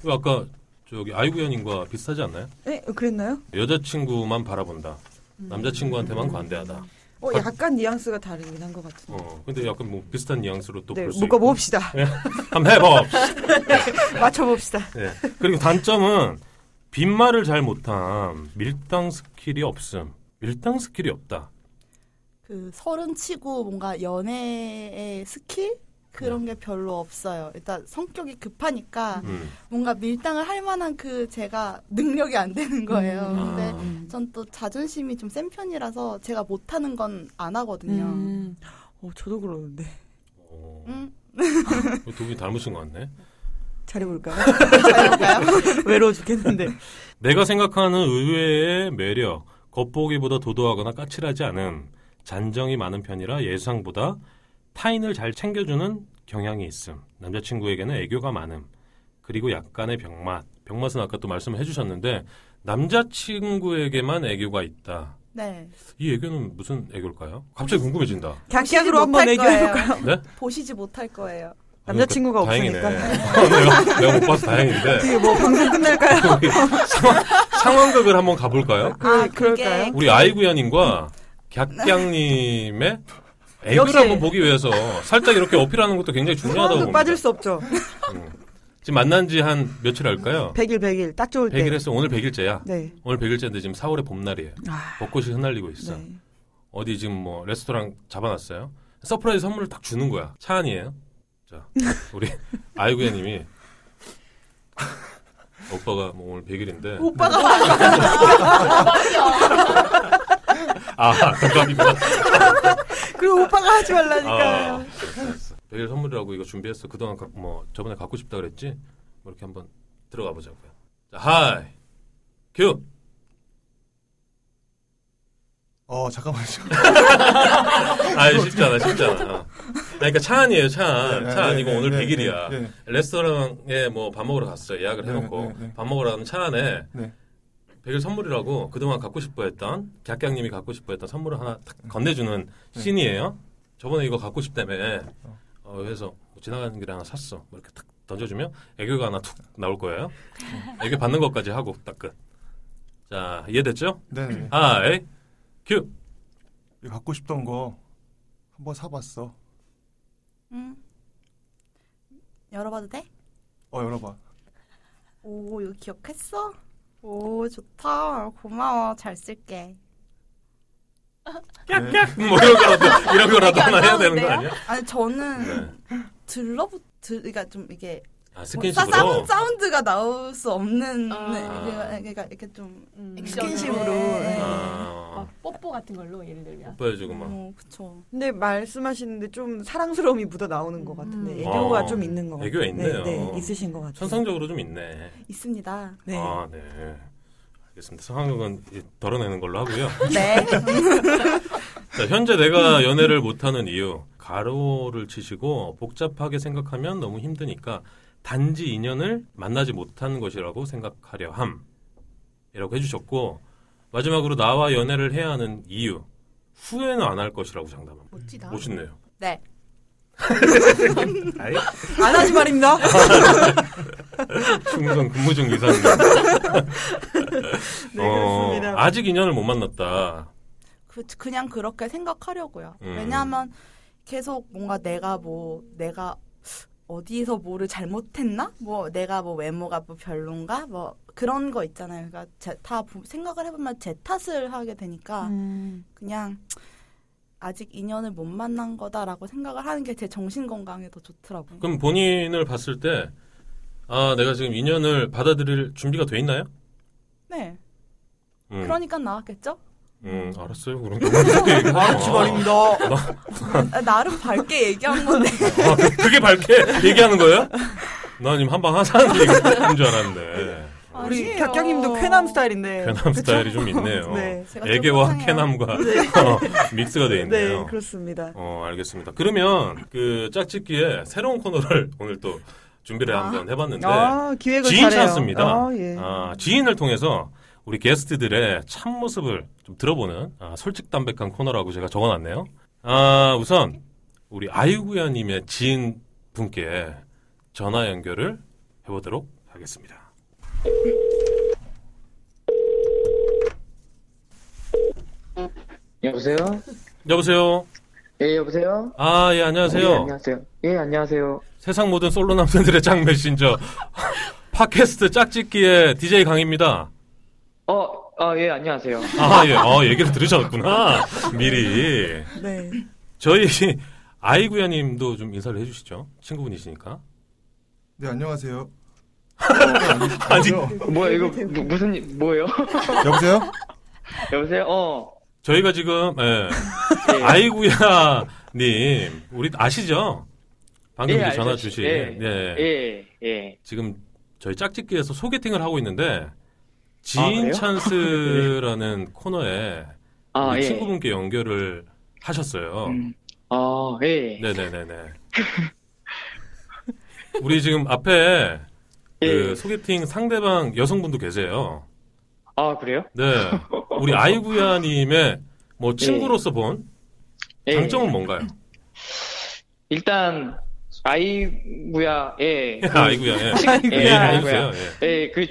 Speaker 1: 이거 아까 저기 아이구연님과 비슷하지 않나요?
Speaker 2: 에, 네, 그랬나요?
Speaker 1: 여자친구만 바라본다. 남자친구한테만 관대하다.
Speaker 2: 어, 약간 뉘앙스가 다르긴 한 것 같은데.
Speaker 1: 어, 근데 약간 뭐 비슷한 뉘앙스로 또
Speaker 2: 네,
Speaker 1: 볼수
Speaker 2: 묶어 봅시다.
Speaker 1: 한번 해봅시다.
Speaker 2: 맞춰봅시다.
Speaker 1: 예. 그리고 단점은 빈말을 잘 못함, 밀당 스킬이 없음. 밀당 스킬이 없다.
Speaker 5: 그 서른 치고 뭔가 연애의 스킬 그런 게 별로 없어요. 일단 성격이 급하니까
Speaker 1: 음.
Speaker 5: 뭔가 밀당을 할 만한 그 제가 능력이 안 되는 거예요.
Speaker 1: 음.
Speaker 5: 근데
Speaker 1: 아.
Speaker 5: 전 또 자존심이 좀 센 편이라서 제가 못하는 건 안 하거든요.
Speaker 2: 음.
Speaker 5: 음.
Speaker 2: 어, 저도 그러는데.
Speaker 1: 어, 두 분이 어, 닮으신 것 같네.
Speaker 2: 잘해볼까요?
Speaker 5: 잘할까요?
Speaker 2: 외로워 죽겠는데.
Speaker 1: 내가 생각하는 의외의 매력, 겉보기보다 도도하거나 까칠하지 않음, 잔정이 많은 편이라 예상보다 타인을 잘 챙겨주는 경향이 있음, 남자친구에게는 애교가 많음, 그리고 약간의 병맛. 병맛은 아까 또 말씀을 해주셨는데, 남자친구에게만 애교가 있다.
Speaker 5: 네.
Speaker 1: 이 애교는 무슨 애교일까요? 갑자기 궁금해진다.
Speaker 2: 객경으로 한번
Speaker 5: 못할
Speaker 2: 얘기해볼까요?
Speaker 1: 네?
Speaker 5: 보시지 못할 거예요.
Speaker 2: 남자친구가
Speaker 1: 아, 그러니까 다행이네. 어, 내가,
Speaker 2: 없으니까.
Speaker 1: 내가 못 봐서 다행인데.
Speaker 2: 어떻게 뭐 방송 끝날까요?
Speaker 1: 상황, 상황극을 한번 가볼까요?
Speaker 2: 그,
Speaker 5: 아, 그게-
Speaker 2: 그럴까요?
Speaker 1: 우리 아이구연님과 객양님의 애교를
Speaker 2: 네. 역시. 그
Speaker 1: 한번 보기 위해서 살짝 이렇게 어필하는 것도 굉장히 중요하다고
Speaker 2: 상황극
Speaker 1: 봅니다.
Speaker 2: 빠질 수 없죠.
Speaker 1: 음. 지금 만난 지 한 며칠 할까요?
Speaker 2: 100일, 100일. 딱 좋을 때.
Speaker 1: 100일 했어. 오늘 100일째야.
Speaker 2: 네.
Speaker 1: 오늘 100일째인데 지금 4월의 봄날이에요.
Speaker 2: 아,
Speaker 1: 벚꽃이 흩날리고 있어.
Speaker 2: 네.
Speaker 1: 어디 지금 뭐 레스토랑 잡아놨어요. 서프라이즈 선물을 딱 주는 거야. 차 안이에요. 자, 우리 아이구야님이 아, 오빠가 뭐 오늘 100일인데
Speaker 5: 오빠가
Speaker 1: 아, 감사합니다.
Speaker 2: 그리고 오빠가 하지 말라니까요.
Speaker 1: 아, 알았어. 백일 선물이라고 이거 준비했어. 그동안 가- 뭐 저번에 갖고 싶다 그랬지? 뭐 이렇게 한번 들어가 보자고요. 자, 하이. 큐.
Speaker 4: 어 잠깐만요.
Speaker 1: 아, 쉽지 않아, 쉽지 않아. 그러니까 차 아니에요, 차.
Speaker 4: 네,
Speaker 1: 차
Speaker 4: 네,
Speaker 1: 아니고
Speaker 4: 네,
Speaker 1: 오늘
Speaker 4: 네,
Speaker 1: 백일이야.
Speaker 4: 네, 네.
Speaker 1: 레스토랑에 뭐 밥 먹으러 갔어요. 예약을
Speaker 4: 네,
Speaker 1: 해놓고.
Speaker 4: 네, 네.
Speaker 1: 밥 먹으러 가는 차 안에
Speaker 4: 네.
Speaker 1: 백일 선물이라고 그동안 갖고 싶어 했던, 객객님이 갖고 싶어 했던 선물을 하나 탁 건네주는
Speaker 4: 네.
Speaker 1: 씬이에요. 저번에 이거 갖고 싶다며.
Speaker 4: 어.
Speaker 1: 어, 그래서 뭐 지나가는 길에 하나 샀어. 뭐 이렇게 탁 던져주면 애교가 하나 툭 나올 거예요.
Speaker 4: 어.
Speaker 1: 애교 받는 것까지 하고 딱 끝. 자, 이해됐죠?
Speaker 4: 네네.
Speaker 1: 하이, 큐!
Speaker 4: 이거 갖고 싶던 거 한번 사봤어.
Speaker 5: 음. 열어봐도 돼?
Speaker 4: 어 열어봐.
Speaker 5: 오, 이거 기억했어? 오, 좋다. 고마워. 잘 쓸게.
Speaker 4: 네.
Speaker 1: 뭐 이런 거라도 이런 거라도
Speaker 6: 이게 안
Speaker 1: 하나 해야 되는 거
Speaker 6: 나오는데요?
Speaker 1: 아니야?
Speaker 5: 아니, 저는
Speaker 1: 네.
Speaker 5: 들러붙, 들, 그러니까 좀 이게
Speaker 1: 아
Speaker 5: 뭐
Speaker 1: 스킨십으로.
Speaker 5: 싸, 사운, 사운드가 나올 수 없는,
Speaker 6: 아.
Speaker 5: 네, 그러니까, 그러니까 이렇게 좀.
Speaker 6: 음,
Speaker 5: 스킨십으로.
Speaker 6: 네.
Speaker 1: 아,
Speaker 6: 막 뽀뽀 같은 걸로 예를 들면.
Speaker 1: 뽀뽀해주고
Speaker 6: 네.
Speaker 1: 막.
Speaker 5: 어, 그쵸.
Speaker 2: 근데 말씀하시는데 좀 사랑스러움이 묻어 나오는 것 같은데
Speaker 6: 음.
Speaker 2: 애교가
Speaker 1: 아,
Speaker 2: 좀 있는 것 같아요.
Speaker 1: 애교가 있네요.
Speaker 2: 네, 네, 있으신 것 같아요.
Speaker 1: 천상적으로 좀 있네.
Speaker 5: 있습니다.
Speaker 2: 네.
Speaker 1: 아 네. 알겠습니다. 상황은 이- 덜어내는 걸로 하고요.
Speaker 5: 네.
Speaker 1: 자, 현재 내가 연애를 못하는 이유 가로를 치시고 복잡하게 생각하면 너무 힘드니까 단지 인연을 만나지 못한 것이라고 생각하려 함이라고 해주셨고 마지막으로 나와 연애를 해야 하는 이유 후회는 안 할 것이라고 장담합니다.
Speaker 6: 멋지다.
Speaker 1: 멋있네요.
Speaker 5: 네.
Speaker 1: 아이,
Speaker 2: 안 하지 말입니다.
Speaker 1: 충성 근무 중 이사님.
Speaker 2: 네, 그렇습니다.
Speaker 1: 어, 아직 인연을 못 만났다.
Speaker 5: 그, 그냥 그렇게 생각하려고요.
Speaker 1: 음.
Speaker 5: 왜냐하면 계속 뭔가 내가 뭐 내가 어디에서 뭐를 잘못했나? 뭐 내가 뭐 외모가 뭐 별론가? 뭐 그런 거 있잖아요. 그러니까 제, 다 보- 생각을 해보면 제 탓을 하게 되니까
Speaker 2: 음.
Speaker 5: 그냥 아직 인연을 못 만난 거다라고 생각을 하는 게 제 정신 건강에 더 좋더라고요.
Speaker 1: 그럼 본인을 봤을 때, 아, 내가 지금 인연을 받아들일 준비가 돼 있나요?
Speaker 5: 네,
Speaker 1: 음,
Speaker 5: 그러니까 나왔겠죠?
Speaker 1: 음, 알았어요. 그럼 너무 무섭게 얘기하지 마.
Speaker 2: 하지 아, 말입니다.
Speaker 5: 아, 나름 밝게 얘기한 건데
Speaker 1: 아, 그- 그게 밝게 얘기하는 거예요? 나 지금 한방 하사하는 얘기인 줄
Speaker 5: 네.
Speaker 1: 알았는데.
Speaker 2: 우리
Speaker 5: 아니에요.
Speaker 2: 격경님도 쾌남 스타일인데.
Speaker 1: 괴남 스타일이 좀 있네요.
Speaker 2: 네.
Speaker 5: 제가 좀
Speaker 1: 애교와
Speaker 5: 속상해요. 네.
Speaker 1: 캐남과 어, 믹스가 돼 있네요.
Speaker 2: 네, 그렇습니다.
Speaker 1: 어, 알겠습니다. 그러면 그 짝짓기에 새로운 코너를 오늘 또 준비를
Speaker 5: 아.
Speaker 1: 한번 해봤는데
Speaker 2: 아, 기획을
Speaker 1: 지인
Speaker 2: 잘해요.
Speaker 1: 찬스입니다.
Speaker 2: 아, 예.
Speaker 1: 아, 지인을 통해서 우리 게스트들의 참모습을 좀 들어보는 아, 솔직담백한 코너라고 제가 적어놨네요. 아, 우선 우리 아이구야님의 지인 분께 전화 연결을 해보도록 하겠습니다.
Speaker 8: 여보세요?
Speaker 1: 여보세요.
Speaker 8: 예, 여보세요?
Speaker 1: 아, 예,
Speaker 8: 예,
Speaker 1: 안녕하세요.
Speaker 8: 안녕하세요. 예, 안녕하세요.
Speaker 1: 세상 모든 솔로 남자들의 짝 메신저 팟캐스트 짝짓기의 DJ 강입니다.
Speaker 8: 어, 아, 예, 안녕하세요.
Speaker 1: 아, 예. 아, 얘기를 들으셨구나. 미리.
Speaker 2: 네.
Speaker 1: 저희 아이구야 님도 좀 인사를 해 주시죠. 친구분이시니까.
Speaker 4: 네 안녕하세요. 어,
Speaker 1: 아니.
Speaker 8: 뭐야, 이거, 무- 무슨, 일- 뭐예요?
Speaker 4: 여보세요?
Speaker 8: 여보세요? 어.
Speaker 1: 저희가 지금 예.
Speaker 8: 예.
Speaker 1: 아이구야 님, 우리 아시죠? 방금
Speaker 8: 예,
Speaker 1: 이제 전화
Speaker 8: 알죠.
Speaker 1: 주신
Speaker 8: 예.
Speaker 1: 예.
Speaker 8: 예, 예.
Speaker 1: 지금 저희 짝짓기에서 소개팅을 하고 있는데
Speaker 8: 아,
Speaker 1: 지인
Speaker 8: 그래요?
Speaker 1: 찬스라는 코너에
Speaker 8: 아,
Speaker 1: 우리
Speaker 8: 예.
Speaker 1: 친구분께 연결을 하셨어요.
Speaker 8: 음. 아, 예.
Speaker 1: 네네네네. 우리 지금 앞에 그
Speaker 8: 예.
Speaker 1: 소개팅 상대방 여성분도 계세요.
Speaker 8: 아, 그래요?
Speaker 1: 네. 우리 아이구야님의 뭐 친구로서 본
Speaker 8: 예.
Speaker 1: 장점은 뭔가요?
Speaker 8: 일단, 아이구야, 예. 그-
Speaker 1: 아이구야. 예. 예,
Speaker 8: 아이구야.
Speaker 1: 얘기해주세요. 예.
Speaker 8: 예, 그,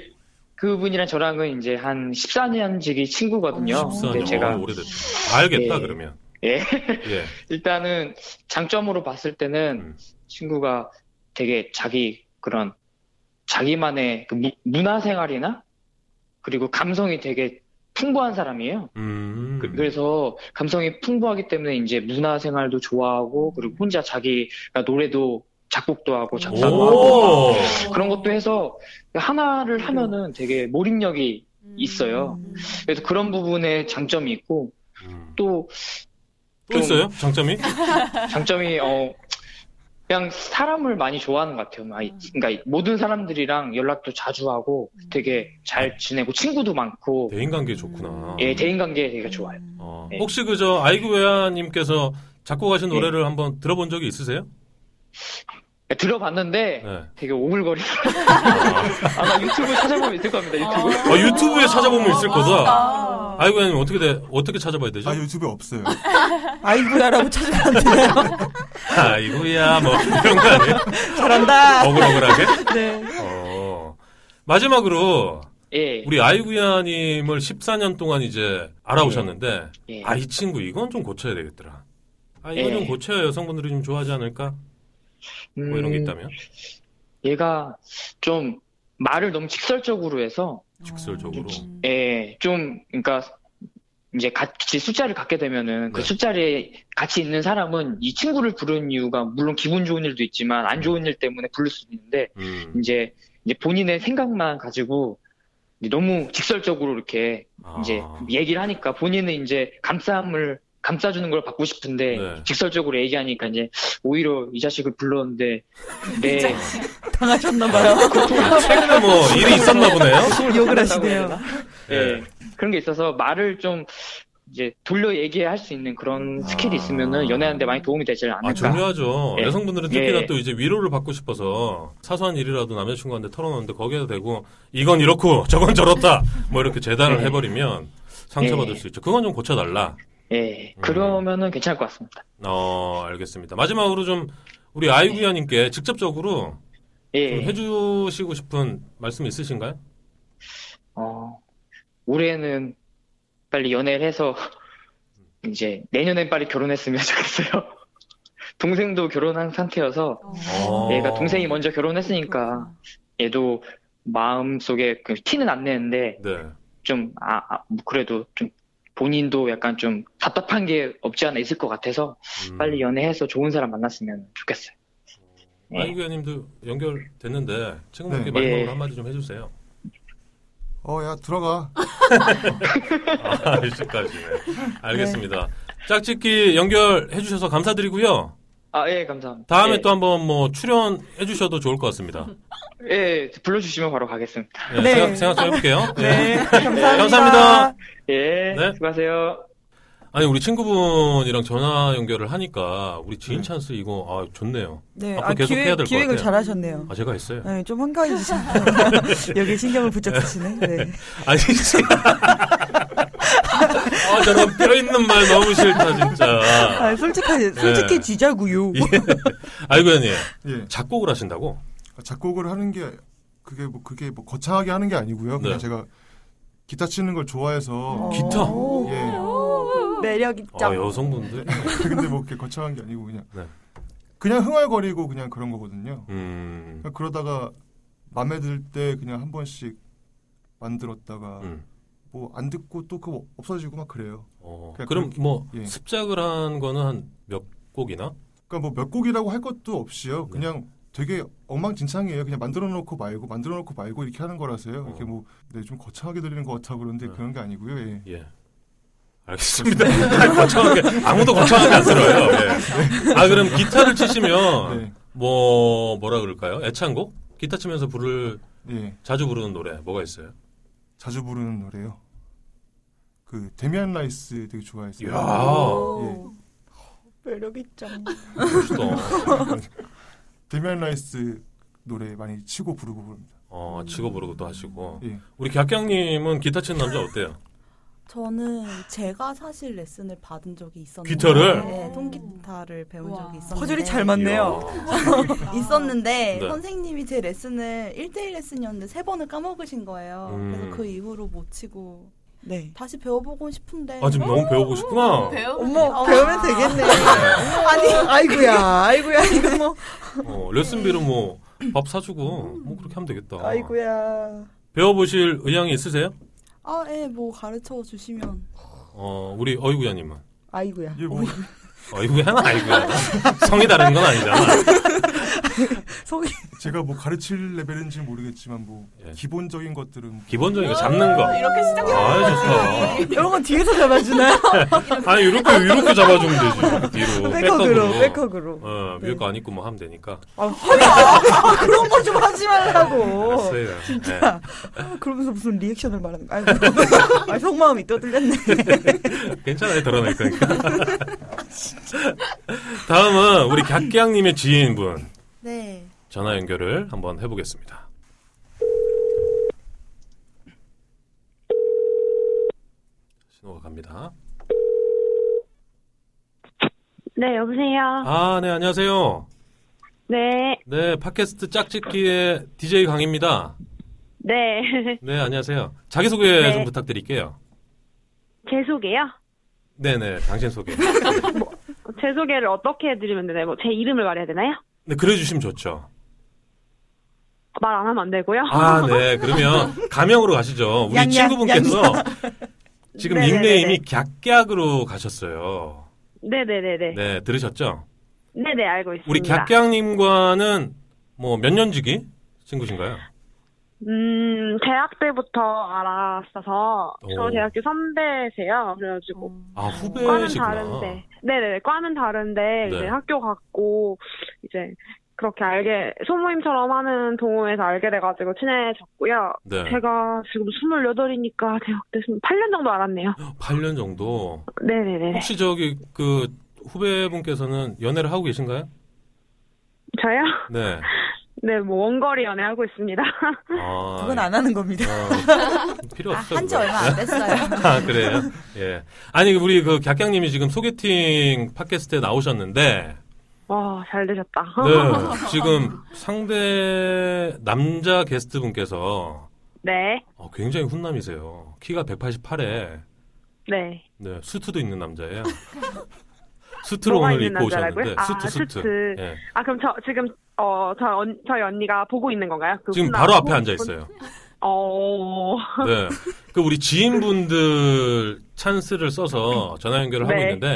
Speaker 8: 그분이랑 저랑은 이제 한 14년 지기 친구거든요. 근데
Speaker 1: 14년
Speaker 8: 제가,
Speaker 1: 오래됐죠. 알겠다
Speaker 8: 예.
Speaker 1: 그러면.
Speaker 8: 예.
Speaker 1: 예.
Speaker 8: 일단은 장점으로 봤을 때는
Speaker 1: 음.
Speaker 8: 친구가 되게 자기 그런 자기만의 그 무- 문화생활이나 그리고 감성이 되게 풍부한 사람이에요.
Speaker 1: 음.
Speaker 8: 그, 래서 감성이 풍부하기 때문에 이제 문화생활도 좋아하고 그리고 혼자 자기가 노래도 작곡도 하고 작사도 하고
Speaker 6: 어.
Speaker 1: 오.
Speaker 8: 그런 것도 해서 하나를 하면은 되게 몰입력이 있어요.
Speaker 6: 음.
Speaker 8: 그래서 그런 부분에 장점이 있고
Speaker 1: 음.
Speaker 8: 또
Speaker 1: 또
Speaker 8: 좀-
Speaker 1: 있어요? 장점이?
Speaker 8: 장점이 어 그냥 사람을 많이 좋아하는 것 같아요. 많이- 그러니까 모든 사람들이랑 연락도 자주 하고 되게 잘
Speaker 1: 네.
Speaker 8: 지내고 친구도 많고
Speaker 1: 대인관계 좋구나.
Speaker 8: 뭐 예 대인관계 되게 좋아요.
Speaker 1: 어,
Speaker 8: 네.
Speaker 1: 혹시 그저 아이구웨아님께서 작곡하신
Speaker 8: 네.
Speaker 1: 노래를 한번 들어본 적이 있으세요?
Speaker 8: 그러니까 들어봤는데
Speaker 1: 네.
Speaker 8: 되게 오글거리고 아마 유튜브 찾아보면 있을 겁니다. 유튜브
Speaker 1: 어, 유튜브에 찾아보면 있을 거다.
Speaker 5: 그러니까.
Speaker 3: 아.
Speaker 1: 아이구웨아님 어떻게 돼? 어떻게 찾아봐야 되죠?
Speaker 4: 아 유튜브에 없어요.
Speaker 2: 아이구야라고 찾으면 안 돼요.
Speaker 1: 아이구야 뭐 이런 거 아니에요?
Speaker 2: 잘한다.
Speaker 1: 어글어글하게.
Speaker 2: 네.
Speaker 1: 어. 마지막으로
Speaker 8: 예
Speaker 1: 우리 아이구야님을 14년 동안 이제 알아오셨는데
Speaker 8: 예.
Speaker 1: 아 이 친구 이건 좀 고쳐야 되겠더라. 아 이거
Speaker 8: 예.
Speaker 1: 좀 고쳐야 여성분들이 좀 좋아하지 않을까? 뭐 이런 게
Speaker 8: 음,
Speaker 1: 있다면
Speaker 8: 얘가 좀 말을 너무 직설적으로 해서
Speaker 1: 직설적으로.
Speaker 8: 예, 좀, 그러니까, 이제 같이 숫자를 갖게 되면은 그
Speaker 1: 네.
Speaker 8: 숫자리에 같이 있는 사람은 이 친구를 부른 이유가 물론 기분 좋은 일도 있지만 안 좋은 일 때문에 부를 수도 있는데
Speaker 1: 음.
Speaker 8: 이제, 이제 본인의 생각만 가지고 이제 너무 직설적으로 이렇게
Speaker 1: 아.
Speaker 8: 이제 얘기를 하니까 본인은 이제 감싸움을 감싸주는 걸 받고 싶은데
Speaker 1: 네.
Speaker 8: 직설적으로 얘기하니까 이제 오히려 이 자식을 불렀는데 네. 내
Speaker 2: 당하셨나봐요.
Speaker 1: 최근에 뭐 일이 있었나 보네요.
Speaker 2: 욕을 하시네요.
Speaker 1: 예.
Speaker 8: 예. 그런 게 있어서 말을 좀 이제 돌려 얘기할 수 있는 그런
Speaker 1: 아.
Speaker 8: 스킬이 있으면은 연애하는데 많이 도움이 되지 않을까.
Speaker 1: 아, 중요하죠.
Speaker 8: 예.
Speaker 1: 여성분들은 특히나
Speaker 8: 예.
Speaker 1: 또 이제 위로를 받고 싶어서 사소한 일이라도 남자친구한테 털어놓는데 거기에도 되고 이건 이렇고 저건 저렇다 뭐 이렇게 재단을
Speaker 8: 예.
Speaker 1: 해버리면 상처받을
Speaker 8: 예.
Speaker 1: 수 있죠. 그건 좀 고쳐달라.
Speaker 8: 예.
Speaker 1: 음.
Speaker 8: 그러면은 괜찮을 것 같습니다.
Speaker 1: 어, 알겠습니다. 마지막으로 좀 우리 아이구야님께 직접적으로 좀
Speaker 8: 예.
Speaker 1: 해주시고 싶은 말씀 있으신가요?
Speaker 8: 어, 올해는 빨리 연애를 해서
Speaker 1: 음.
Speaker 8: 이제 내년엔 빨리 결혼했으면 좋겠어요. 동생도 결혼한 상태여서
Speaker 1: 어.
Speaker 8: 얘가 아, 네, 그 동생이 먼저 결혼했으니까 얘도 마음속에 그 티는 안 내는데
Speaker 1: 네.
Speaker 8: 좀, 아, 아, 뭐 그래도 좀 본인도 약간 좀 답답한 게 없지 않아 있을 것 같아서
Speaker 1: 음.
Speaker 8: 빨리 연애해서 좋은 사람 만났으면 좋겠어요. 네.
Speaker 1: 아이구야님도 연결됐는데 친구분께
Speaker 4: 네.
Speaker 1: 마지막으로
Speaker 8: 예.
Speaker 1: 한마디 좀 해주세요.
Speaker 4: 어 야 들어가.
Speaker 1: 아, 일찍까지네. 알겠습니다.
Speaker 8: 네.
Speaker 1: 짝짓기 연결해 주셔서 감사드리고요.
Speaker 8: 아, 예, 감사합니다.
Speaker 1: 다음에
Speaker 8: 예,
Speaker 1: 또 한번 뭐 출연해 주셔도 좋을 것 같습니다.
Speaker 8: 예, 불러주시면 바로 가겠습니다.
Speaker 1: 네,
Speaker 2: 네.
Speaker 1: 생각, 생각 좀 해볼게요.
Speaker 2: 네. 감사합니다.
Speaker 1: 감사합니다.
Speaker 8: 예,
Speaker 1: 네.
Speaker 8: 수고하세요.
Speaker 1: 아니 우리 친구분이랑 전화 연결을 하니까 우리 지인 찬스 이거 아 좋네요.
Speaker 2: 네.
Speaker 1: 앞으로
Speaker 2: 아,
Speaker 1: 계속 해야
Speaker 2: 기획,
Speaker 1: 될것
Speaker 2: 기획을
Speaker 1: 같아요.
Speaker 2: 잘하셨네요.
Speaker 1: 아 제가 했어요.
Speaker 2: 네, 좀 한가해지시네요. 여기 신경을 부쩍 쓰시네. 네.
Speaker 1: 아니 진짜. 아 저런 뼈 있는 말 너무 싫다 진짜. 예.
Speaker 2: 아, 솔직하게,
Speaker 1: 네.
Speaker 2: 솔직해지자고요.
Speaker 1: 아이고 형님
Speaker 4: 예. 아,
Speaker 1: 작곡을 하신다고?
Speaker 4: 작곡을 하는 게 그게 뭐 그게 뭐 거창하게 하는 게 아니고요. 그냥
Speaker 1: 네. 어.
Speaker 4: 제가 기타 치는 걸
Speaker 2: 어.
Speaker 4: 좋아해서
Speaker 1: 기타.
Speaker 2: 오.
Speaker 4: 예.
Speaker 5: 매력 있죠.
Speaker 1: 아 여성분들.
Speaker 4: 근데 뭐 이렇게 거창한 게 아니고 그냥
Speaker 1: 네.
Speaker 4: 그냥 흥얼거리고 그냥 그런 거거든요.
Speaker 1: 음.
Speaker 4: 그러다가 마음에 들 때 그냥 한 번씩 만들었다가
Speaker 1: 음.
Speaker 4: 뭐 안 듣고 또 그 없어지고 막 그래요.
Speaker 1: 어,
Speaker 4: 그냥
Speaker 1: 그럼
Speaker 4: 그렇게-
Speaker 1: 뭐
Speaker 4: 예.
Speaker 1: 습작을 한 거는 한 몇 곡이나?
Speaker 4: 그러니까 뭐 몇 곡이라고 할 것도 없이요.
Speaker 1: 네.
Speaker 4: 그냥 되게 엉망진창이에요. 그냥 만들어 놓고 말고 만들어 놓고 말고 이렇게 하는 거라서요. 이렇게
Speaker 1: 어.
Speaker 4: 뭐 네, 좀 거창하게 들리는 것 같아 그런데
Speaker 1: 네.
Speaker 4: 그런 게 아니고요. 예.
Speaker 1: 예. 알겠습니다.
Speaker 4: 네.
Speaker 1: 아니, 거창하게 아무도 거창하게 안 들어요. 예. 아 그럼 기타를 치시면
Speaker 4: 네.
Speaker 1: 뭐 뭐라 그럴까요? 애창곡? 기타 치면서 부를
Speaker 4: 예.
Speaker 1: 자주 부르는 노래 뭐가 있어요?
Speaker 4: 자주 부르는 노래요. 그 데미안 라이스 되게 좋아했어요.
Speaker 1: 이야,
Speaker 4: 예.
Speaker 5: 매력 있죠.
Speaker 1: 멋있다.
Speaker 4: 데미안 라이스 노래 많이 치고 부르고 부릅니다.
Speaker 1: 어, 치고 부르고 또 하시고.
Speaker 4: 예.
Speaker 1: 우리 객경님은 기타 치는 남자 어때요?
Speaker 5: 저는 제가 사실 레슨을 받은 적이 있었는데
Speaker 1: 기타를?
Speaker 5: 네, 통기타를 배운
Speaker 3: 우와.
Speaker 5: 적이
Speaker 1: 아,
Speaker 5: 있었는데
Speaker 2: 퍼즐이 잘 맞네요.
Speaker 5: 있었는데
Speaker 1: 네.
Speaker 5: 선생님이 제 레슨을 1대1 레슨이었는데 세 번을 까먹으신 거예요.
Speaker 1: 음.
Speaker 5: 그래서 그 이후로 못 치고
Speaker 2: 네.
Speaker 5: 다시 배워보고 싶은데
Speaker 1: 이야. 아, 지금 너무 배우고 싶구나.
Speaker 2: 어머, 배우면 되겠네. 아니, 아이구야, 아이구야, 이거 뭐.
Speaker 1: 어,
Speaker 3: 음.
Speaker 1: 레슨비로 뭐, 밥 사주고, 뭐, 그렇게 하면 되겠다.
Speaker 2: 아이구야.
Speaker 1: 배워보실 의향이 있으세요?
Speaker 5: 아, 예, 뭐 가르쳐 주시면
Speaker 1: 어, 우리 어이구야님은?
Speaker 2: 아이구야.
Speaker 4: 이게 뭐
Speaker 1: 어이구야는 아이구야. 성이 다른 건 아니잖아.
Speaker 2: 속이
Speaker 4: 제가 뭐 가르칠 레벨인지 는 모르겠지만 뭐
Speaker 1: 예.
Speaker 4: 기본적인 것들은
Speaker 1: 기본적인 거 잡는 거.
Speaker 3: 음, 이렇게
Speaker 1: 아,
Speaker 3: 시작하는
Speaker 2: 이런 건 뒤에서 잡아주나요?
Speaker 1: 아니 이렇게 이렇게 잡아주면 되지. 뒤로
Speaker 2: 백허그로 백허그로.
Speaker 1: 어, 위에 거안 입고 뭐 하면 되니까.
Speaker 2: 아, 허야 그런 거 좀 하지 말라고.
Speaker 1: 알았어요. 진짜.
Speaker 2: 아, 그러면서 무슨 리액션을 말하는 거야? 아, 속마음이 떠들렸네.
Speaker 1: 괜찮아요, 덜어낼 거니까. 다음은 우리 갓기양님의 지인분
Speaker 5: 네.
Speaker 1: 전화 연결을 한번 해보겠습니다. 신호가 갑니다.
Speaker 9: 네, 여보세요.
Speaker 1: 아, 네, 안녕하세요.
Speaker 9: 네,
Speaker 1: 네, 팟캐스트 짝짓기의 DJ 강입니다.
Speaker 9: 네.
Speaker 1: 네, 안녕하세요. 자기소개
Speaker 9: 네.
Speaker 1: 좀 부탁드릴게요.
Speaker 9: 제 소개요?
Speaker 1: 네네, 당신 소개.
Speaker 9: 제 소개를 어떻게 해드리면 되나요? 뭐, 제 이름을 말해야 되나요?
Speaker 1: 네, 그래주시면 좋죠.
Speaker 9: 말 안 하면 안 되고요.
Speaker 1: 아, 네. 그러면 가명으로 가시죠. 우리
Speaker 2: 양양,
Speaker 1: 친구분께서 지금
Speaker 9: 네네네네.
Speaker 1: 닉네임이 갸깍으로 가셨어요.
Speaker 9: 네네네네. 네.
Speaker 1: 네, 들으셨죠?
Speaker 9: 네 알고 있습니다.
Speaker 1: 우리 갸깍님과는 뭐 몇 년지기 친구신가요?
Speaker 9: 음, 대학 때부터 알았어서,
Speaker 1: 오.
Speaker 9: 저 대학교 선배세요. 어, 그래가지고,
Speaker 1: 아,
Speaker 9: 과는
Speaker 1: 후배시구나.
Speaker 9: 다른데. 네네네, 과는 다른데, 이제
Speaker 1: 네.
Speaker 9: 학교 갔고, 이제, 그렇게 알게, 소모임처럼 하는 동호회에서 알게 돼가지고 친해졌고요.
Speaker 1: 네.
Speaker 9: 제가 지금 28이니까 대학 때 8년 정도 알았네요.
Speaker 1: 8년 정도.
Speaker 9: 네네네.
Speaker 1: 혹시 저기 그 후배분께서는 연애를 하고 계신가요?
Speaker 9: 저요?
Speaker 1: 네.
Speaker 9: 네, 뭐 원거리 연애하고 있습니다.
Speaker 1: 아,
Speaker 2: 그건 안 하는 겁니다.
Speaker 1: 어, 필요
Speaker 5: 아,
Speaker 1: 없어.
Speaker 5: 한지
Speaker 1: 그거.
Speaker 5: 얼마 안 됐어요.
Speaker 1: 아, 그래요? 예. 아니, 우리 그 갸깍님이 지금 소개팅 팟캐스트에 나오셨는데,
Speaker 9: 와, 잘 되셨다. 어?
Speaker 1: 네, 지금 상대 남자 게스트 분께서 어,
Speaker 9: 네.
Speaker 1: 굉장히 훈남이세요. 키가 188에
Speaker 9: 네.
Speaker 1: 네, 수트도 있는 남자예요. 수트로
Speaker 9: 뭐가
Speaker 1: 오늘
Speaker 9: 있는
Speaker 1: 입고
Speaker 9: 남자라고요?
Speaker 1: 오셨는데
Speaker 9: 아,
Speaker 1: 수트 수트.
Speaker 9: 수트.
Speaker 1: 예.
Speaker 9: 아, 그럼 저 지금 어, 저 언, 저희 언니가 보고 있는 건가요? 그
Speaker 1: 지금
Speaker 9: 훈남-
Speaker 1: 바로 앞에 앉아 있어요.
Speaker 9: 어.
Speaker 1: 네. 그 우리 지인분들 찬스를 써서 전화 연결을 하고
Speaker 9: 네.
Speaker 1: 있는데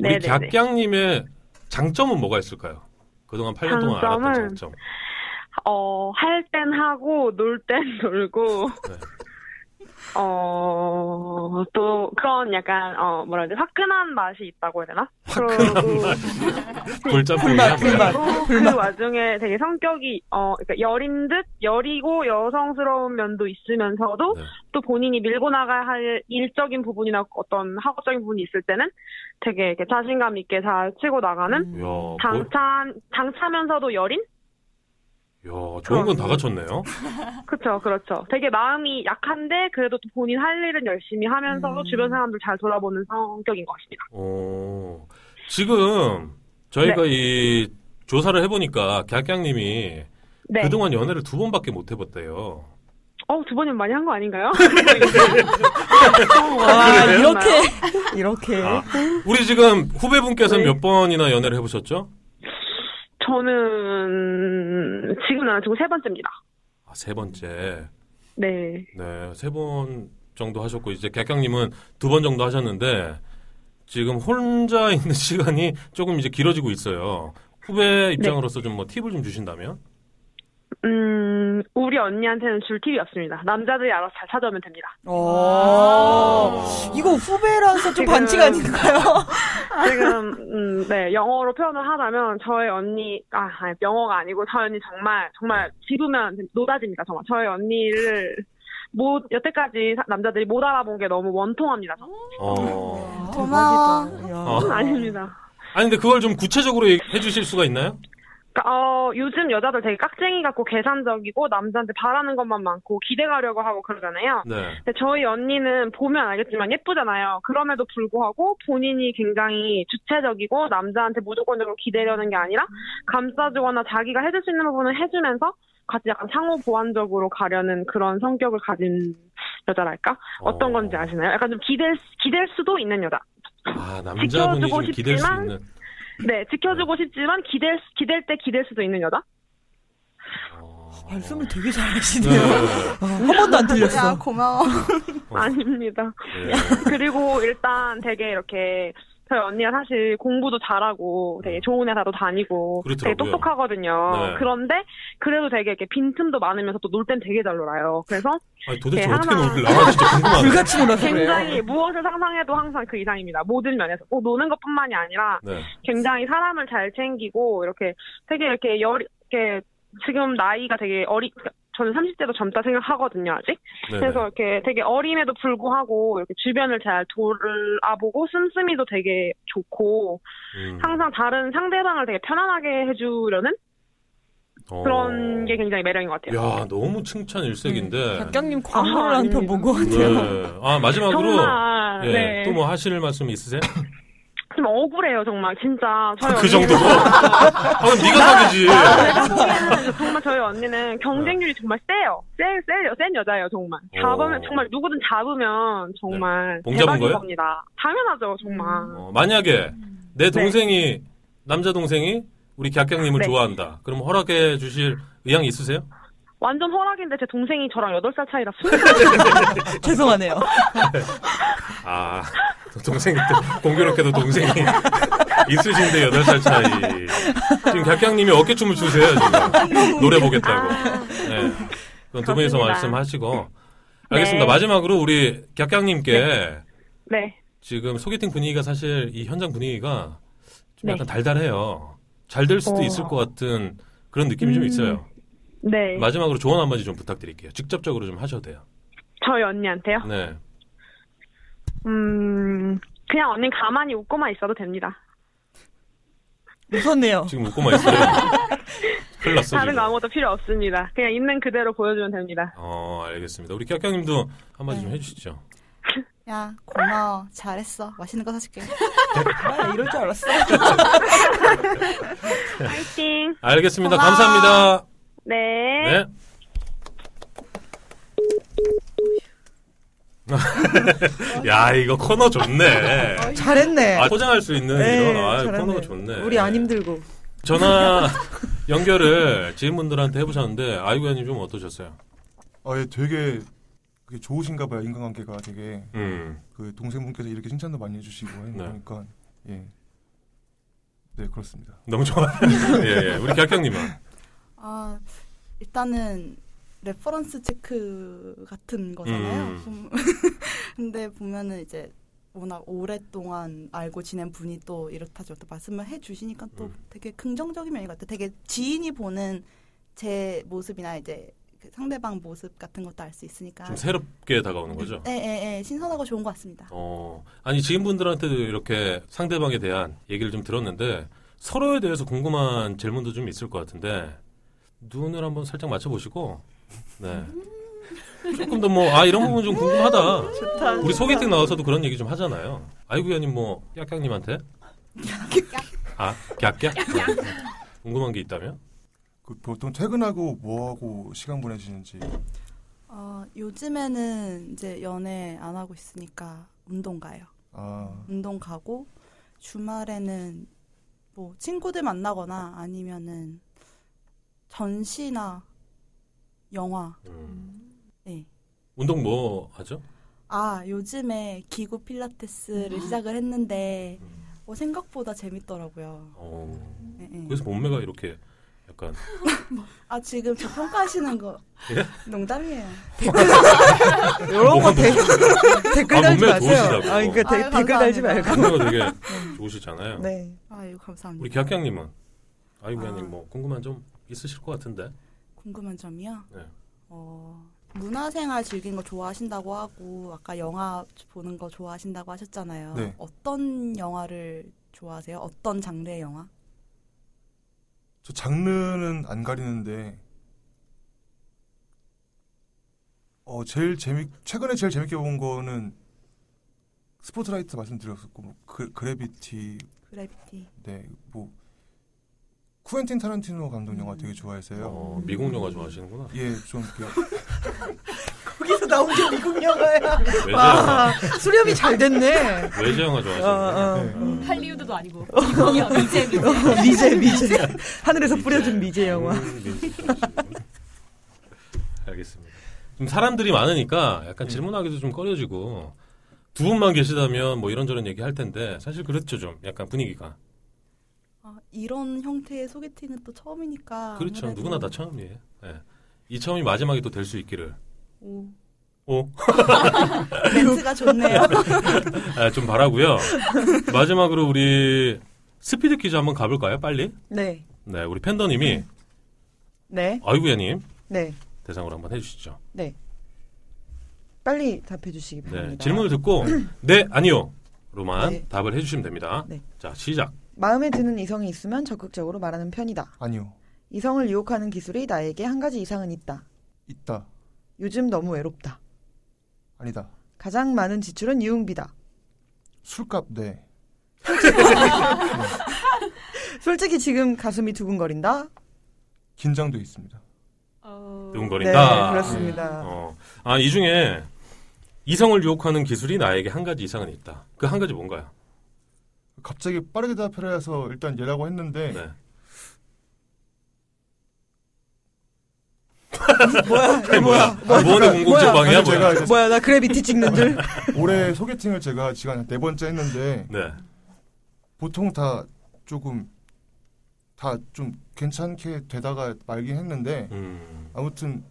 Speaker 1: 우리
Speaker 9: 네, 네, 네.
Speaker 1: 객양님의 장점은 뭐가 있을까요? 그동안 8년 동안 알았던
Speaker 9: 장점은-
Speaker 1: 장점.
Speaker 9: 어, 할 땐 하고 놀 땐 놀고.
Speaker 1: 네.
Speaker 9: 어, 또 그런 약간 어, 뭐라 해야 되지? 화끈한 맛이 있다고 해야 되나? 그러고
Speaker 1: 골짬뽕이
Speaker 2: 불맛, 불맛.
Speaker 9: 그리고 그 와중에 되게 성격이 어 그러니까 여린 듯 여리고 여성스러운 면도 있으면서도
Speaker 1: 네.
Speaker 9: 또 본인이 밀고 나가야 할 일적인 부분이나 어떤 학업적인 부분이 있을 때는 되게 이렇게 자신감 있게 잘 치고 나가는
Speaker 1: 이야, 뭐-
Speaker 9: 당찬 당차면서도 여린
Speaker 1: 이야, 좋은 건 다 갖췄네요.
Speaker 9: 그렇죠 그렇죠 되게 마음이 약한데 그래도 또 본인 할 일은 열심히 하면서
Speaker 2: 음.
Speaker 9: 주변 사람들 잘 돌아보는 성격인 것 같습니다
Speaker 1: 어, 지금 저희가 이 조사를 해보니까 객양님이
Speaker 9: 네
Speaker 1: 그동안 연애를 두 번밖에 못 해봤대요.
Speaker 9: 어두 번이면 많이 한 거 아닌가요?
Speaker 2: 아,
Speaker 9: 그래요?
Speaker 2: 이렇게 이렇게
Speaker 1: 아, 우리 지금 후배분께서는
Speaker 9: 네.
Speaker 1: 몇 번이나 연애를 해보셨죠?
Speaker 9: 저는 지금은 안 하고 세 번째입니다.
Speaker 1: 아, 세 번째.
Speaker 9: 네.
Speaker 1: 네, 세 번 정도 하셨고, 이제 객양님은 두 번 정도 하셨는데, 지금 혼자 있는 시간이 조금 이제 길어지고 있어요.
Speaker 9: 네.
Speaker 1: 후배 입장으로서 좀 뭐 팁을 좀 주신다면?
Speaker 9: 음, 우리 언니한테는 줄 팁이 없습니다. 남자들이 알아서 잘 찾아오면 됩니다.
Speaker 2: 어. 이거 후배라서 좀
Speaker 9: 지금-
Speaker 2: 반칙 아닌가요?
Speaker 9: 지금, 음, 네, 영어로 표현을 하자면, 저의 언니, 아, 아니, 영어가 아니고, 저희 언니 정말, 정말, 집으면 노다집니다, 정말. 저희 언니를, 못, 여태까지 사- 남자들이 못 알아본 게 너무 원통합니다, 정말.
Speaker 1: 어.
Speaker 5: 고마워.
Speaker 2: 대박이다. 야.
Speaker 1: 어.
Speaker 9: 아닙니다.
Speaker 1: 아니, 근데 그걸 좀 구체적으로 얘기해 주실 수가 있나요?
Speaker 9: 그러니까, 어, 요즘 여자들 되게 깍쟁이 같고, 계산적이고, 남자한테 바라는 것만 많고, 기대가려고 하고 그러잖아요.
Speaker 1: 네.
Speaker 9: 근데 저희 언니는 보면 알겠지만 예쁘잖아요. 그럼에도 불구하고 본인이 굉장히 주체적이고 남자한테 무조건적으로 기대려는 게 아니라 감싸주거나 자기가 해줄 수 있는 부분을 해주면서 같이 약간 상호 보완적으로 가려는 그런 성격을 가진 여자랄까? 어떤
Speaker 1: 어.
Speaker 9: 건지 아시나요? 약간 좀 기댈, 기댈 수도 있는 여자.
Speaker 1: 아, 남자분이 좀
Speaker 9: 지켜주고
Speaker 1: 기댈 수
Speaker 9: 싶지만
Speaker 1: 있는.
Speaker 9: 네, 지켜주고 싶지만 기댈, 수- 기댈 때 기댈 수도 있는 여자?
Speaker 1: 어.
Speaker 2: 말씀을 되게
Speaker 1: 네.
Speaker 2: 잘하시네요. 아, 한 번도 안
Speaker 5: 야,
Speaker 2: 틀렸어.
Speaker 5: 고마워.
Speaker 1: 어.
Speaker 9: 아닙니다.
Speaker 1: 네.
Speaker 9: 그리고 일단 되게 이렇게 저희 언니가 사실 공부도 잘하고 되게 좋은 회사도
Speaker 1: 음.
Speaker 9: 다니고
Speaker 1: 그렇더라고요.
Speaker 9: 되게 똑똑하거든요.
Speaker 1: 네.
Speaker 9: 그런데 그래도 되게 이렇게 빈틈도 많으면서 또 놀 땐 되게 잘 놀아요. 그래서
Speaker 1: 아니, 도대체
Speaker 9: 걔
Speaker 1: 어떻게
Speaker 9: 네, 하나-
Speaker 1: 놀라? 나 진짜 궁금하네.
Speaker 2: 불같이 놀아서 그래요.
Speaker 9: 굉장히 무엇을 상상해도 항상 그 이상입니다. 모든 면에서 꼭 노는 것뿐만이 아니라
Speaker 1: 네.
Speaker 9: 굉장히 사람을 잘 챙기고 이렇게 되게 이렇게 열 이렇게 지금 나이가 되게 어리 저는 30대도 젊다 생각하거든요 아직
Speaker 1: 네.
Speaker 9: 그래서 이렇게 되게 어림에도 불구하고 이렇게 주변을 잘 돌아보고 씀씀이도 되게 좋고
Speaker 1: 음.
Speaker 9: 항상 다른 상대방을 되게 편안하게 해주려는
Speaker 1: 어.
Speaker 9: 그런 게 굉장히 매력인 것 같아요.
Speaker 1: 야, 너무 칭찬 일색인데.
Speaker 2: 작가님 광고를
Speaker 9: 아,
Speaker 2: 한 편
Speaker 9: 아닙니다.
Speaker 2: 본것 네. 같아요.
Speaker 1: 네. 아, 마지막으로.
Speaker 9: 정말
Speaker 1: 예,
Speaker 9: 네.
Speaker 1: 또 뭐 하실 말씀 있으세요?
Speaker 9: 좀 억울해요 정말 진짜 저희
Speaker 1: 그
Speaker 9: 언니는-
Speaker 1: 정도로? 아, 그럼 네가 사귀지.
Speaker 9: 정말 저희 언니는
Speaker 1: 어.
Speaker 9: 경쟁률이 정말 세요. 세, 세요. 센 여자예요, 정말. 잡으면,
Speaker 1: 오.
Speaker 9: 정말 누구든 잡으면 정말
Speaker 1: 어. 네. 봉 잡은
Speaker 9: 대박인
Speaker 1: 거예요?
Speaker 9: 겁니다. 당연하죠, 정말.
Speaker 1: 어, 만약에 내 동생이 남자 동생이 우리 객객님을
Speaker 9: 네.
Speaker 1: 좋아한다. 그럼 허락해 주실 의향이 있으세요?
Speaker 9: 완전 허락인데 제 동생이 저랑 8살 차이라 술
Speaker 2: 죄송하네요.
Speaker 1: 아, 동생이 또 공교롭게도 동생이 있으신데 8살 차이. 지금 객객님이 어깨춤을 추세요,
Speaker 9: 아,
Speaker 1: 지금. 노래 보겠다고. 네. 그건 두 분이서
Speaker 9: 그렇습니다.
Speaker 1: 말씀하시고. 알겠습니다.
Speaker 9: 네.
Speaker 1: 마지막으로 우리 객객님께
Speaker 9: 네.
Speaker 1: 지금 소개팅 분위기가 사실 이 현장 분위기가 좀
Speaker 9: 네.
Speaker 1: 약간 달달해요. 잘 될 수도
Speaker 9: 어.
Speaker 1: 있을 것 같은 그런 느낌이 좀
Speaker 9: 음.
Speaker 1: 있어요.
Speaker 9: 네.
Speaker 1: 마지막으로 조언 한마디 좀 부탁드릴게요. 직접적으로 좀 하셔도 돼요.
Speaker 9: 저희 언니한테요?
Speaker 1: 네.
Speaker 9: 음, 그냥 언니 가만히 웃고만 있어도 됩니다.
Speaker 2: 무섭네요.
Speaker 1: 지금 웃고만 있어요. 큰일 났어.
Speaker 9: 다른
Speaker 1: 지금.
Speaker 9: 거 아무것도 필요 없습니다. 그냥 있는 그대로 보여주면 됩니다.
Speaker 1: 어, 알겠습니다. 우리 깍깍님도 한마디
Speaker 5: 네.
Speaker 1: 좀 해주시죠.
Speaker 5: 야 고마워 잘했어 맛있는 거 사줄게
Speaker 2: 아, 이럴 줄 알았어.
Speaker 9: 네. 파이팅!
Speaker 1: 알겠습니다.
Speaker 5: 고마워.
Speaker 1: 감사합니다.
Speaker 9: 네.
Speaker 1: 네. 네. 야, 이거 코너 좋네.
Speaker 2: 잘했네.
Speaker 1: 아, 포장할 수 있는
Speaker 2: 네,
Speaker 1: 이런 아,
Speaker 2: 잘하네.
Speaker 1: 코너가 좋네. 아,
Speaker 2: 우리 안 힘들고.
Speaker 1: 전화 연결을 지인분들한테 해보셨는데 아이고야님 좀 어떠셨어요?
Speaker 4: 아예 되게 그게 좋으신가 봐요 인간관계가 되게
Speaker 1: 음,
Speaker 4: 그 동생분께서 이렇게 칭찬도 많이 해주시고 그러니까 예. 네 그렇습니다.
Speaker 1: 너무 좋아요. 예, 예. 우리 객경님은
Speaker 5: 아 일단은 레퍼런스 체크 같은 거잖아요
Speaker 1: 음.
Speaker 5: 좀 근데 보면은 이제 워낙 오랫동안 알고 지낸 분이 또 이렇다 저렇다 말씀을 해주시니까 또
Speaker 1: 음.
Speaker 5: 되게 긍정적인 면인 것 같아요 되게 지인이 보는 제 모습이나 이제 그 상대방 모습 같은 것도 알 수 있으니까
Speaker 1: 좀 새롭게 다가오는 거죠?
Speaker 5: 예예예 신선하고 좋은 것 같습니다
Speaker 1: 어, 아니 지인분들한테도 이렇게 상대방에 대한 얘기를 좀 들었는데 서로에 대해서 궁금한 질문도 좀 있을 것 같은데 눈을 한번 살짝 맞춰보시고 네. 조금 더 뭐, 아, 이런 부분 좀 궁금하다.
Speaker 2: 좋다.
Speaker 1: 우리 소개팅 나와서도 그런 얘기 좀 하잖아요. 아이구야님 뭐, 깍깍님한테? 아, 깍깍? 궁금한 게 있다면?
Speaker 4: 그 보통 퇴근하고 뭐하고 시간 보내시는지
Speaker 5: 어, 요즘에는 이제 연애 안 하고 있으니까 운동 가요.
Speaker 4: 아
Speaker 5: 운동 가고 주말에는 뭐 친구들 만나거나 아니면은 전시나 영화.
Speaker 1: 음.
Speaker 5: 네.
Speaker 1: 운동 뭐 하죠?
Speaker 5: 아 요즘에 기구 필라테스를 시작을 했는데
Speaker 1: 음.
Speaker 5: 어, 생각보다 재밌더라고요.
Speaker 1: 어,
Speaker 5: 네, 네.
Speaker 1: 그래서 몸매가 이렇게 약간
Speaker 5: 아 지금 저 평가하시는 거
Speaker 1: 예?
Speaker 5: 농담이에요.
Speaker 2: 이런 거
Speaker 1: 뭐가
Speaker 2: 대, 댓글
Speaker 1: 아,
Speaker 2: 달지
Speaker 1: 몸매가
Speaker 2: 마세요.
Speaker 1: 좋으시다고.
Speaker 2: 아, 그러니까 대-
Speaker 5: 아유,
Speaker 2: 댓글 달지
Speaker 5: 감사합니다.
Speaker 2: 말고.
Speaker 1: 몸매가 되게 네. 좋으시잖아요.
Speaker 2: 네.
Speaker 5: 아 이거 감사합니다.
Speaker 1: 우리 객양님은 아이구야님
Speaker 5: 아.
Speaker 1: 뭐 궁금한 점 있으실 것 같은데.
Speaker 5: 궁금한 점이요?
Speaker 1: 네.
Speaker 5: 어, 문화생활 즐기는 거 좋아하신다고 하고 아까 영화 보는 거 좋아하신다고 하셨잖아요.
Speaker 4: 네.
Speaker 5: 어떤 영화를 좋아하세요? 어떤 장르의 영화?
Speaker 4: 저 장르는 안 가리는데 어 제일 재미 최근에 제일 재밌게 본 거는 스포트라이트 말씀드렸었고 뭐 그, 그래비티
Speaker 5: 그래비티.
Speaker 4: 네뭐 쿠엔틴 타란티노 감독 영화 되게 좋아해서요.
Speaker 1: 어, 미국 영화 좋아하시는구나.
Speaker 4: 예좀
Speaker 2: 거기서 나온 게 미국 영화야.
Speaker 1: 외제 영화,
Speaker 2: 와, 수렴이 잘 됐네.
Speaker 1: 외제 영화
Speaker 2: 어,
Speaker 1: 좋아하시는구나.
Speaker 2: 어.
Speaker 4: 네.
Speaker 3: 할리우드도 아니고 미국이야 미제
Speaker 2: 네,
Speaker 3: 미제.
Speaker 2: 미제, 미제. 하늘에서 뿌려준 미제 영화.
Speaker 1: 음, 미제 좋아하시는구나.
Speaker 5: 네.
Speaker 1: 알겠습니다. 좀 사람들이 많으니까 약간 질문하기도 좀 꺼려지고 두 분만 계시다면 뭐 이런저런 얘기 할 텐데 사실 그렇죠 좀 약간 분위기가
Speaker 5: 아, 이런 형태의 소개팅은 또 처음이니까
Speaker 1: 그렇죠
Speaker 5: 아무래도
Speaker 1: 누구나 다 처음이에요. 예. 이 처음이 마지막이 또 될 수 있기를.
Speaker 6: 오.
Speaker 1: 오,
Speaker 5: 멘트가 좋네요.
Speaker 1: 아, 좀 바라고요. 마지막으로 우리 스피드 퀴즈 한번 가볼까요, 빨리?
Speaker 2: 네.
Speaker 1: 네, 우리 팬더님이 예,
Speaker 2: 네.
Speaker 1: 아이구야님
Speaker 2: 네.
Speaker 1: 대상으로 한번 해주시죠.
Speaker 2: 빨리 답해 주시기 바랍니다.
Speaker 1: 네, 질문을 듣고 네 아니요로만
Speaker 2: 네.
Speaker 1: 답을 해주시면 됩니다.
Speaker 2: 네.
Speaker 1: 자, 시작.
Speaker 2: 마음에 드는 이성이 있으면 적극적으로 말하는 편이다.
Speaker 4: 아니요.
Speaker 2: 이성을 유혹하는 기술이 나에게 한 가지 이상은 있다.
Speaker 4: 있다.
Speaker 2: 요즘 너무 외롭다.
Speaker 4: 아니다.
Speaker 2: 가장 많은 지출은 유흥비다.
Speaker 4: 술값 네.
Speaker 2: 솔직히 지금 가슴이 두근거린다.
Speaker 4: 긴장도 있습니다.
Speaker 6: 어...
Speaker 2: 네,
Speaker 1: 두근거린다.
Speaker 2: 그렇습니다.
Speaker 1: 어, 아, 이 중에 이성을 유혹하는 기술이 나에게 한 가지 이상은 있다. 그 한 가지 뭔가요?
Speaker 4: 갑자기 빠르게 대답하려 해서 일단 예라고 했는데
Speaker 1: 네.
Speaker 2: 음? 뭐야? 이게 뭐야?
Speaker 1: 아, 뭐하는 공공재
Speaker 2: 뭐야?
Speaker 1: 방이야,
Speaker 4: 아니, 제가
Speaker 1: 뭐야?
Speaker 4: 이제
Speaker 2: 뭐야? 나 그래비티 찍는 줄?
Speaker 4: 올해 소개팅을 제가 지금 네 번째 했는데
Speaker 1: 네.
Speaker 4: 보통 다 조금 다 좀 괜찮게 되다가 말긴 했는데
Speaker 1: 음.
Speaker 4: 아무튼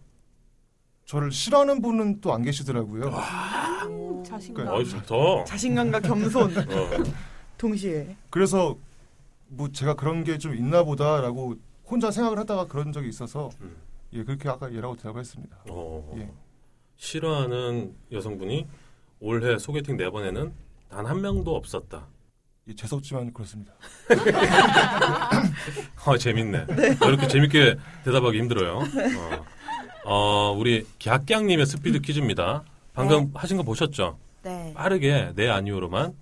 Speaker 4: 저를 싫어하는 분은 또 안 계시더라고요.
Speaker 6: 오, 자신감.
Speaker 1: 어이, 좋다. 어.
Speaker 2: 자신감과 겸손 동시에.
Speaker 4: 그래서 뭐 제가 그런 게 좀 있나 보다라고 혼자 생각을 하다가 그런 적이 있어서
Speaker 1: 음.
Speaker 4: 예 그렇게 아까 예라고 대답을 했습니다.
Speaker 1: 어.
Speaker 4: 예.
Speaker 1: 싫어하는 여성분이 올해 소개팅 네 번에는 단 한 명도 없었다.
Speaker 4: 예, 재수없지만 그렇습니다.
Speaker 1: 아, 재밌네. 이렇게 재밌게 대답하기 힘들어요. 어, 어, 우리 갸깍님의 스피드 퀴즈입니다. 방금 하신 거 보셨죠?
Speaker 5: 네.
Speaker 1: 빠르게 네 아니오로만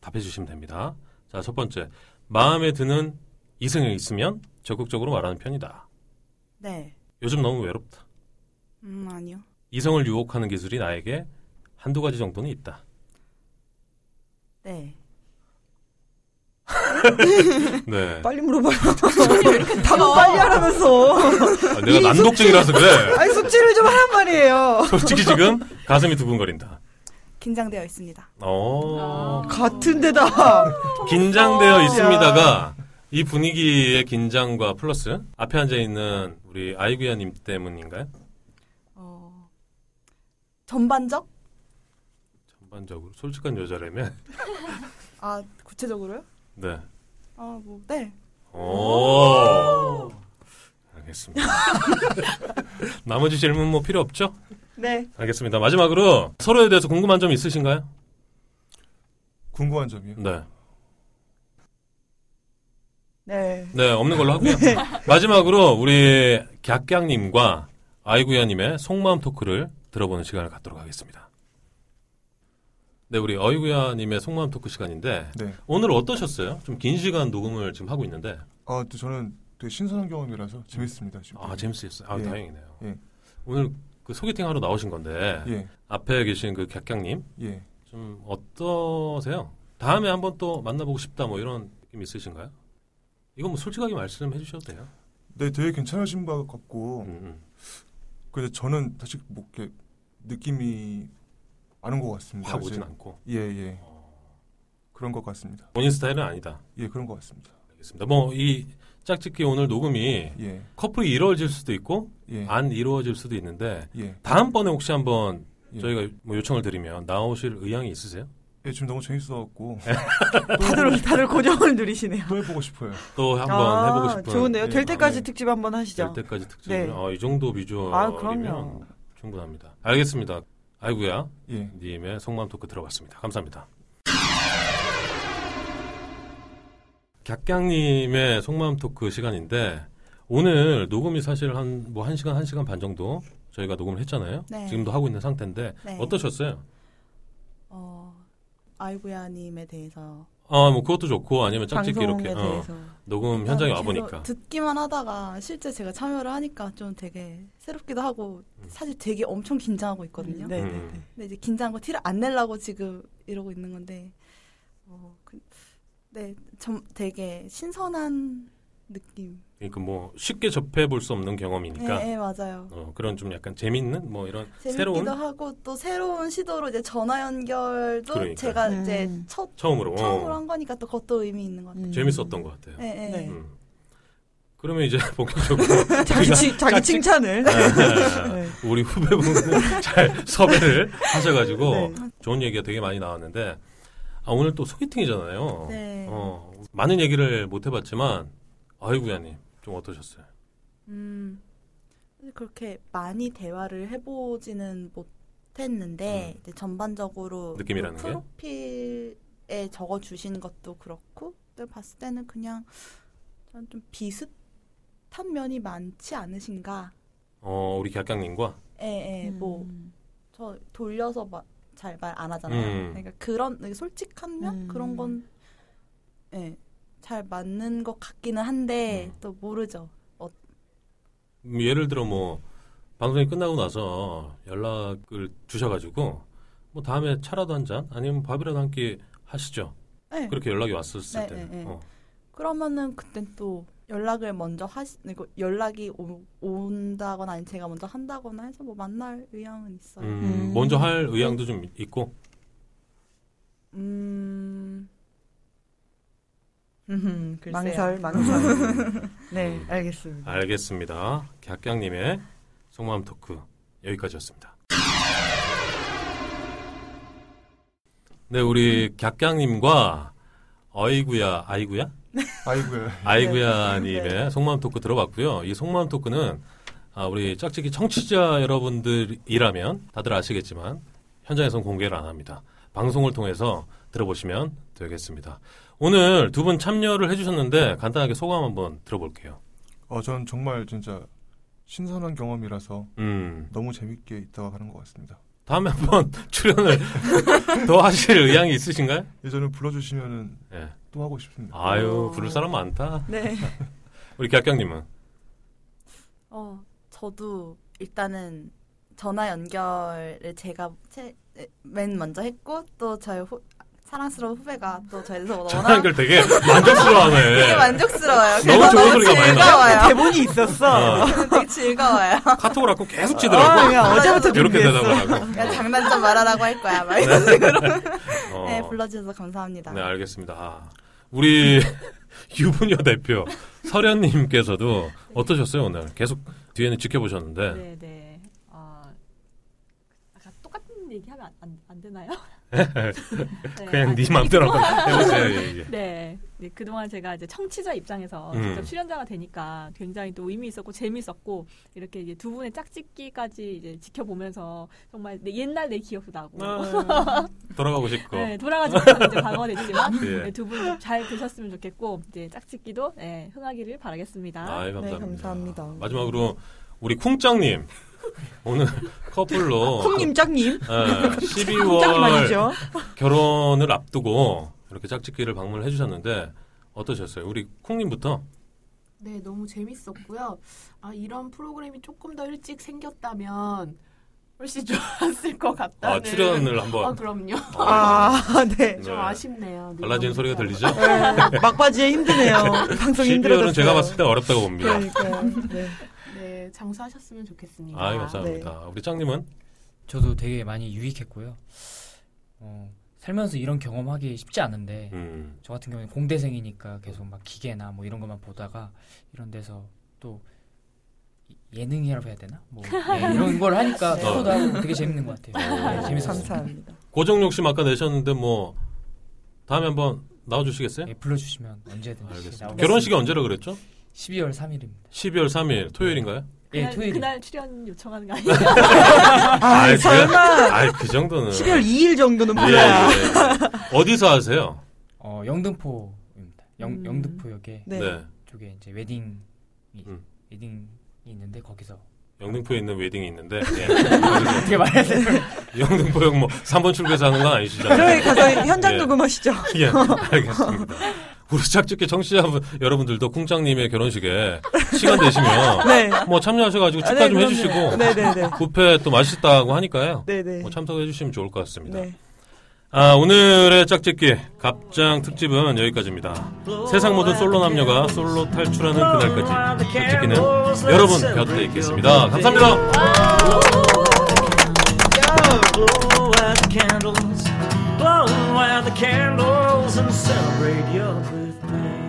Speaker 1: 답해 주시면 됩니다. 자, 첫 번째. 마음에 드는 이성이 있으면 적극적으로 말하는 편이다.
Speaker 5: 네.
Speaker 1: 요즘 너무 외롭다.
Speaker 5: 음, 아니요.
Speaker 1: 이성을 유혹하는 기술이 나에게 한두 가지 정도는 있다.
Speaker 5: 네.
Speaker 1: 네.
Speaker 2: 빨리 물어봐요. 답 빨리 하라면서.
Speaker 1: 아, 내가 난독증이라서 그래.
Speaker 2: 아니 숙제를 좀 하란 말이에요.
Speaker 1: 솔직히 지금 가슴이 두근거린다.
Speaker 5: 긴장되어 있습니다.
Speaker 1: 어,
Speaker 2: 같은 데다.
Speaker 1: 긴장되어 있습니다가 이 분위기의 긴장과 플러스 앞에 앉아 있는 우리 아이구야님 때문인가요?
Speaker 5: 어. 전반적?
Speaker 1: 전반적으로 솔직한 여자라면
Speaker 5: 아, 구체적으로요?
Speaker 1: 네.
Speaker 5: 아, 뭐 네.
Speaker 1: 오. 알겠습니다. 나머지 질문 뭐 필요 없죠?
Speaker 2: 네.
Speaker 1: 알겠습니다. 마지막으로 서로에 대해서 궁금한 점 있으신가요?
Speaker 4: 궁금한 점이요.
Speaker 1: 네.
Speaker 2: 네.
Speaker 1: 네, 없는 걸로 하고요. 마지막으로 우리 갸깍님과 아이구야님의 속마음 토크를 들어보는 시간을 갖도록 하겠습니다. 네, 우리 아이구야님의 속마음 토크 시간인데
Speaker 4: 네.
Speaker 1: 오늘 어떠셨어요? 좀 긴 시간 녹음을 지금 하고 있는데
Speaker 4: 아, 또 저는 되게 신선한 경험이라서 재밌습니다. 지금.
Speaker 1: 아 재밌으셨어요. 아
Speaker 4: 예.
Speaker 1: 다행이네요.
Speaker 4: 예.
Speaker 1: 오늘 그 소개팅 하러 나오신 건데
Speaker 4: 예,
Speaker 1: 앞에 계신 그 갸깍님
Speaker 4: 예.
Speaker 1: 좀 어떠세요? 다음에 한번 또 만나보고 싶다 뭐 이런 느낌 있으신가요? 이건 뭐 솔직하게 말씀해 주셔도 돼요.
Speaker 4: 네, 되게 괜찮으신 것 같고.
Speaker 1: 음, 음.
Speaker 4: 근데 저는 사실 뭐 이렇게 느낌이 아는 것 같습니다.
Speaker 1: 확 오진
Speaker 4: 이제.
Speaker 1: 않고
Speaker 4: 예, 예. 그런 것 같습니다.
Speaker 1: 본인 스타일은 아니다.
Speaker 4: 예, 그런 것 같습니다.
Speaker 1: 알겠습니다. 뭐 이 짝짓기 오늘 녹음이
Speaker 4: 예,
Speaker 1: 커플이 이루어질 수도 있고
Speaker 4: 예,
Speaker 1: 안 이루어질 수도 있는데
Speaker 4: 예.
Speaker 1: 다음번에 혹시 한번
Speaker 4: 예.
Speaker 1: 저희가 뭐 요청을 드리면 나오실 의향이 있으세요?
Speaker 4: 예, 지금 너무 재밌어갖고
Speaker 2: 다들 다들 고정을 누리시네요.
Speaker 4: 또 해보고 싶어요.
Speaker 1: 또 한번
Speaker 2: 아,
Speaker 1: 해보고 싶은
Speaker 2: 좋은데요.
Speaker 4: 예,
Speaker 2: 될 때까지
Speaker 4: 네.
Speaker 2: 특집 한번 하시죠.
Speaker 1: 될 때까지 특집.
Speaker 2: 네.
Speaker 1: 아, 이 정도
Speaker 2: 아,
Speaker 1: 비주얼이면
Speaker 2: 그럼요.
Speaker 1: 충분합니다. 알겠습니다. 아이구야
Speaker 4: 예.
Speaker 1: 님의 속마음 토크 들어봤습니다. 감사합니다. 객장님의 속마음 토크 시간인데 오늘 녹음이 사실 한 뭐 한 시간 한 시간 반 정도 저희가 녹음을 했잖아요.
Speaker 5: 네.
Speaker 1: 지금도 하고 있는 상태인데
Speaker 5: 네.
Speaker 1: 어떠셨어요?
Speaker 5: 어. 아이구야 님에 대해서
Speaker 1: 아 뭐 그것도 좋고 아니면 짝짓기 이렇게
Speaker 2: 방송에
Speaker 1: 어,
Speaker 2: 대해서.
Speaker 1: 녹음 현장에 와
Speaker 5: 계속
Speaker 1: 보니까
Speaker 5: 듣기만 하다가 실제 제가 참여를 하니까 좀 되게 새롭기도 하고 사실 되게 엄청 긴장하고 있거든요.
Speaker 2: 네, 네,
Speaker 1: 음.
Speaker 2: 네.
Speaker 5: 근데 이제 긴장한 거 티를 안 내려고 지금 이러고 있는 건데, 어, 그, 네, 좀 되게 신선한 느낌.
Speaker 1: 그러니까 뭐 쉽게 접해 볼 수 없는 경험이니까
Speaker 5: 네, 네, 맞아요.
Speaker 1: 어, 그런 좀 약간 재밌는 뭐 이런
Speaker 5: 재밌기도
Speaker 1: 새로운
Speaker 5: 하고 또 새로운 시도로 이제 전화 연결도
Speaker 1: 그러니까.
Speaker 5: 제가
Speaker 2: 음.
Speaker 5: 이제 첫
Speaker 1: 처음으로, 어,
Speaker 5: 처음으로 한 거니까 또 그것도 의미 있는 것 같아요.
Speaker 1: 재밌었던 것 같아요.
Speaker 5: 네, 네.
Speaker 2: 네.
Speaker 1: 음. 그러면 이제 본격적으로
Speaker 2: 자기, 칭- 자기
Speaker 1: 짝짓-
Speaker 2: 칭찬을. 네.
Speaker 1: 우리 후배분을 잘 섭외를 하셔가지고
Speaker 2: 네.
Speaker 1: 좋은 얘기가 되게 많이 나왔는데 아, 오늘 또 소개팅이잖아요.
Speaker 5: 네.
Speaker 1: 어, 많은 얘기를 못 해봤지만 아이구야님 좀 어떠셨어요?
Speaker 5: 음, 사실 그렇게 많이 대화를 해보지는 못했는데 이제 전반적으로
Speaker 1: 음. 느낌이라는
Speaker 5: 그
Speaker 1: 게?
Speaker 5: 프로필에 적어주신 것도 그렇고 근데 봤을 때는 그냥 저는 좀 비슷한 면이 많지 않으신가?
Speaker 1: 어, 우리 객강님과
Speaker 5: 예, 예, 뭐 저 돌려서 잘 말 안 하잖아요.
Speaker 1: 음.
Speaker 5: 그러니까 그런 되게 솔직한 면
Speaker 2: 음.
Speaker 5: 그런 건 예, 잘 맞는 것 같기는 한데
Speaker 1: 음.
Speaker 5: 또 모르죠.
Speaker 1: 음, 예를 들어 뭐 방송이 끝나고 나서 연락을 주셔가지고 뭐 다음에 차라도 한 잔 아니면 밥이라도 한 끼 하시죠.
Speaker 5: 네.
Speaker 1: 그렇게 연락이 왔었을
Speaker 5: 네,
Speaker 1: 때는
Speaker 5: 네, 네.
Speaker 1: 어.
Speaker 5: 그러면은 그땐 또 연락을 먼저 하시, 이거 연락이 오, 온다거나 아니면 제가 먼저 한다거나 해서 뭐 만날 의향은 있어요. 음,
Speaker 1: 음,
Speaker 2: 음.
Speaker 1: 먼저 할 의향도 좀 있고
Speaker 5: 음 글쎄요.
Speaker 2: 망설,
Speaker 5: 음.
Speaker 2: 망설. 네,
Speaker 1: 음.
Speaker 2: 알겠습니다.
Speaker 1: 알겠습니다. 객강님의 속마음 토크 여기까지였습니다. 네, 우리 객강님과 어이구야, 아이구야?
Speaker 4: 아이고야.
Speaker 1: 아이구야님의
Speaker 5: 네.
Speaker 1: 속마음 토크 들어봤고요. 이 속마음 토크는 아, 우리 짝짓기 청취자 여러분들이라면 다들 아시겠지만 현장에선 공개를 안 합니다. 방송을 통해서 들어보시면 되겠습니다. 오늘 두 분 참여를 해주셨는데 간단하게 소감 한번 들어볼게요.
Speaker 4: 어, 전 정말 진짜 신선한 경험이라서
Speaker 1: 음.
Speaker 4: 너무 재밌게 있다가 가는 것 같습니다.
Speaker 1: 다음에 한번 출연을 더 하실 의향이 있으신가요?
Speaker 4: 예전에 불러주시면은
Speaker 1: 예.
Speaker 4: 또 하고 싶습니다.
Speaker 1: 아유,
Speaker 6: 어.
Speaker 1: 부를 사람 많다.
Speaker 2: 네.
Speaker 1: 우리 객경님은?
Speaker 5: 어 저도 일단은 전화 연결을 제가 채, 맨 먼저 했고 또 저의 후, 사랑스러운 후배가 또 저에서
Speaker 1: 전화
Speaker 5: 워낙
Speaker 1: 연결 되게 만족스러워하네.
Speaker 5: 되게 만족스러워요.
Speaker 1: 너무
Speaker 5: 그래서
Speaker 1: 좋은 소리가 많이 나요.
Speaker 5: 즐거워요.
Speaker 2: 대본이 있었어.
Speaker 1: 어,
Speaker 5: 되게 즐거워요.
Speaker 1: 카톡을 갖고 계속
Speaker 2: 아,
Speaker 1: 치더라고.
Speaker 2: 야, 어제부터
Speaker 1: 어. 이렇게
Speaker 2: 준비했어.
Speaker 1: 대답을 하고.
Speaker 5: 그냥 장난 좀 말하라고 할 거야. 막 이런 식으로.
Speaker 1: 네. 어,
Speaker 5: 네, 불러주셔서 감사합니다.
Speaker 1: 네, 알겠습니다. 아, 우리 유부녀 대표 설현님께서도 어떠셨어요, 오늘? 계속 뒤에는 지켜보셨는데.
Speaker 6: 네, 네. 아, 아까 똑같은 얘기하면 안, 안, 안 되나요? 네,
Speaker 1: 그냥
Speaker 6: 아,
Speaker 1: 네 맘대로 한번 해보세요. 예, 예.
Speaker 6: 네. 네, 그동안 제가 이제 청취자 입장에서
Speaker 1: 음.
Speaker 6: 직접 출연자가 되니까 굉장히 또 의미 있었고 재밌었고 이렇게 이제 두 분의 짝짓기까지 이제 지켜보면서 정말 내- 옛날 내 기억도 나고
Speaker 1: 아, 돌아가고 싶고.
Speaker 6: 네, 돌아가지 못하는 이제 과거가 됐지만
Speaker 1: 예.
Speaker 6: 네, 두분 잘 되셨으면 좋겠고 이제 짝짓기도 네, 흥하기를 바라겠습니다.
Speaker 1: 아이, 감사합니다.
Speaker 2: 네, 감사합니다.
Speaker 1: 마지막으로 우리 쿵짱님 오늘 커플로
Speaker 2: 콩님 짝님.
Speaker 1: 예,
Speaker 2: 짝
Speaker 1: 12월
Speaker 2: 말이죠.
Speaker 1: 결혼을 앞두고 이렇게 짝짓기를 방문을 해주셨는데 어떠셨어요? 우리 쿵님부터
Speaker 7: 네, 너무 재밌었고요. 아, 이런 프로그램이 조금 더 일찍 생겼다면 훨씬 좋았을 것 같다는.
Speaker 1: 아, 출연을
Speaker 7: 아,
Speaker 1: 한번
Speaker 7: 그럼요.
Speaker 1: 어,
Speaker 2: 네. 아, 네.
Speaker 7: 좀
Speaker 1: 네.
Speaker 7: 아쉽네요.
Speaker 1: 달라진 소리가 들리죠?
Speaker 2: 네, 막바지에 힘드네요. 방송
Speaker 1: 12월은
Speaker 2: 힘들어졌어요.
Speaker 1: 제가 봤을 때 어렵다고 봅니다.
Speaker 2: 그러니까 네.
Speaker 7: 네, 장수하셨으면 좋겠습니다.
Speaker 1: 아유 감사합니다. 우리 짱님은
Speaker 10: 저도 되게 많이 유익했고요. 어, 살면서 이런 경험하기 쉽지 않은데
Speaker 1: 음,
Speaker 10: 저 같은 경우는 공대생이니까 계속 막 기계나 뭐 이런 것만 보다가 이런 데서 또 이- 예능이라고 해야 되나? 뭐 예, 이런 걸 하니까
Speaker 1: 네.
Speaker 10: 프로도 하고 되게 재밌는 것 같아요. 네, 재밌었어요.
Speaker 2: 감사합니다.
Speaker 1: 고정 욕심 아까 내셨는데 뭐 다음에 한번 나와주시겠어요?
Speaker 10: 예, 불러주시면 언제든지
Speaker 1: 네, 알겠습니다.
Speaker 10: 나오겠습니다.
Speaker 1: 결혼식이 언제라 그랬죠?
Speaker 10: 12월 3일입니다.
Speaker 1: 12월 3일 토요일인가요?
Speaker 10: 예,
Speaker 6: 그날,
Speaker 10: 토요일.
Speaker 6: 그날 출연 요청하는 거 아니에요?
Speaker 2: 아,
Speaker 1: 아이,
Speaker 2: 설마.
Speaker 1: 아이 그 정도는
Speaker 2: 12월 2일 정도는 뭐-
Speaker 1: 예,
Speaker 2: 불러야.
Speaker 1: 예, 예. 어디서 하세요?
Speaker 10: 어, 영등포입니다. 영,
Speaker 6: 음.
Speaker 10: 영등포역에
Speaker 2: 네.
Speaker 10: 쪽에 이제 웨딩이
Speaker 1: 음.
Speaker 10: 웨딩이 있는데 거기서
Speaker 1: 영등포에 있는 웨딩이 있는데 예.
Speaker 10: 어떻게 말해야 돼?
Speaker 1: 영등포역 뭐 3번 출구에서 하는 건 아니시잖아요.
Speaker 2: 그러면 가서 현장
Speaker 1: 예.
Speaker 2: 녹음하시죠.
Speaker 1: 예, 알겠습니다. 우리 짝짓기 청취자 분- 여러분들도 쿵장님의 결혼식에 시간 되시면
Speaker 2: 네. 아,
Speaker 1: 뭐 참여하셔가지고 축하 좀 해주시고
Speaker 2: 네네네.
Speaker 1: 뷔페 또 맛있다고 하니까요.
Speaker 2: 네네.
Speaker 1: 뭐 참석해주시면 좋을 것 같습니다.
Speaker 2: 네.
Speaker 1: 아, 오늘의 짝짓기 갑장 특집은 여기까지입니다. 세상 모든 솔로 남녀가 솔로 탈출하는 그날까지 짝짓기는 여러분 곁에 있겠습니다. 감사합니다.
Speaker 11: Blow out the candles, blow out the candles and celebrate your birthday.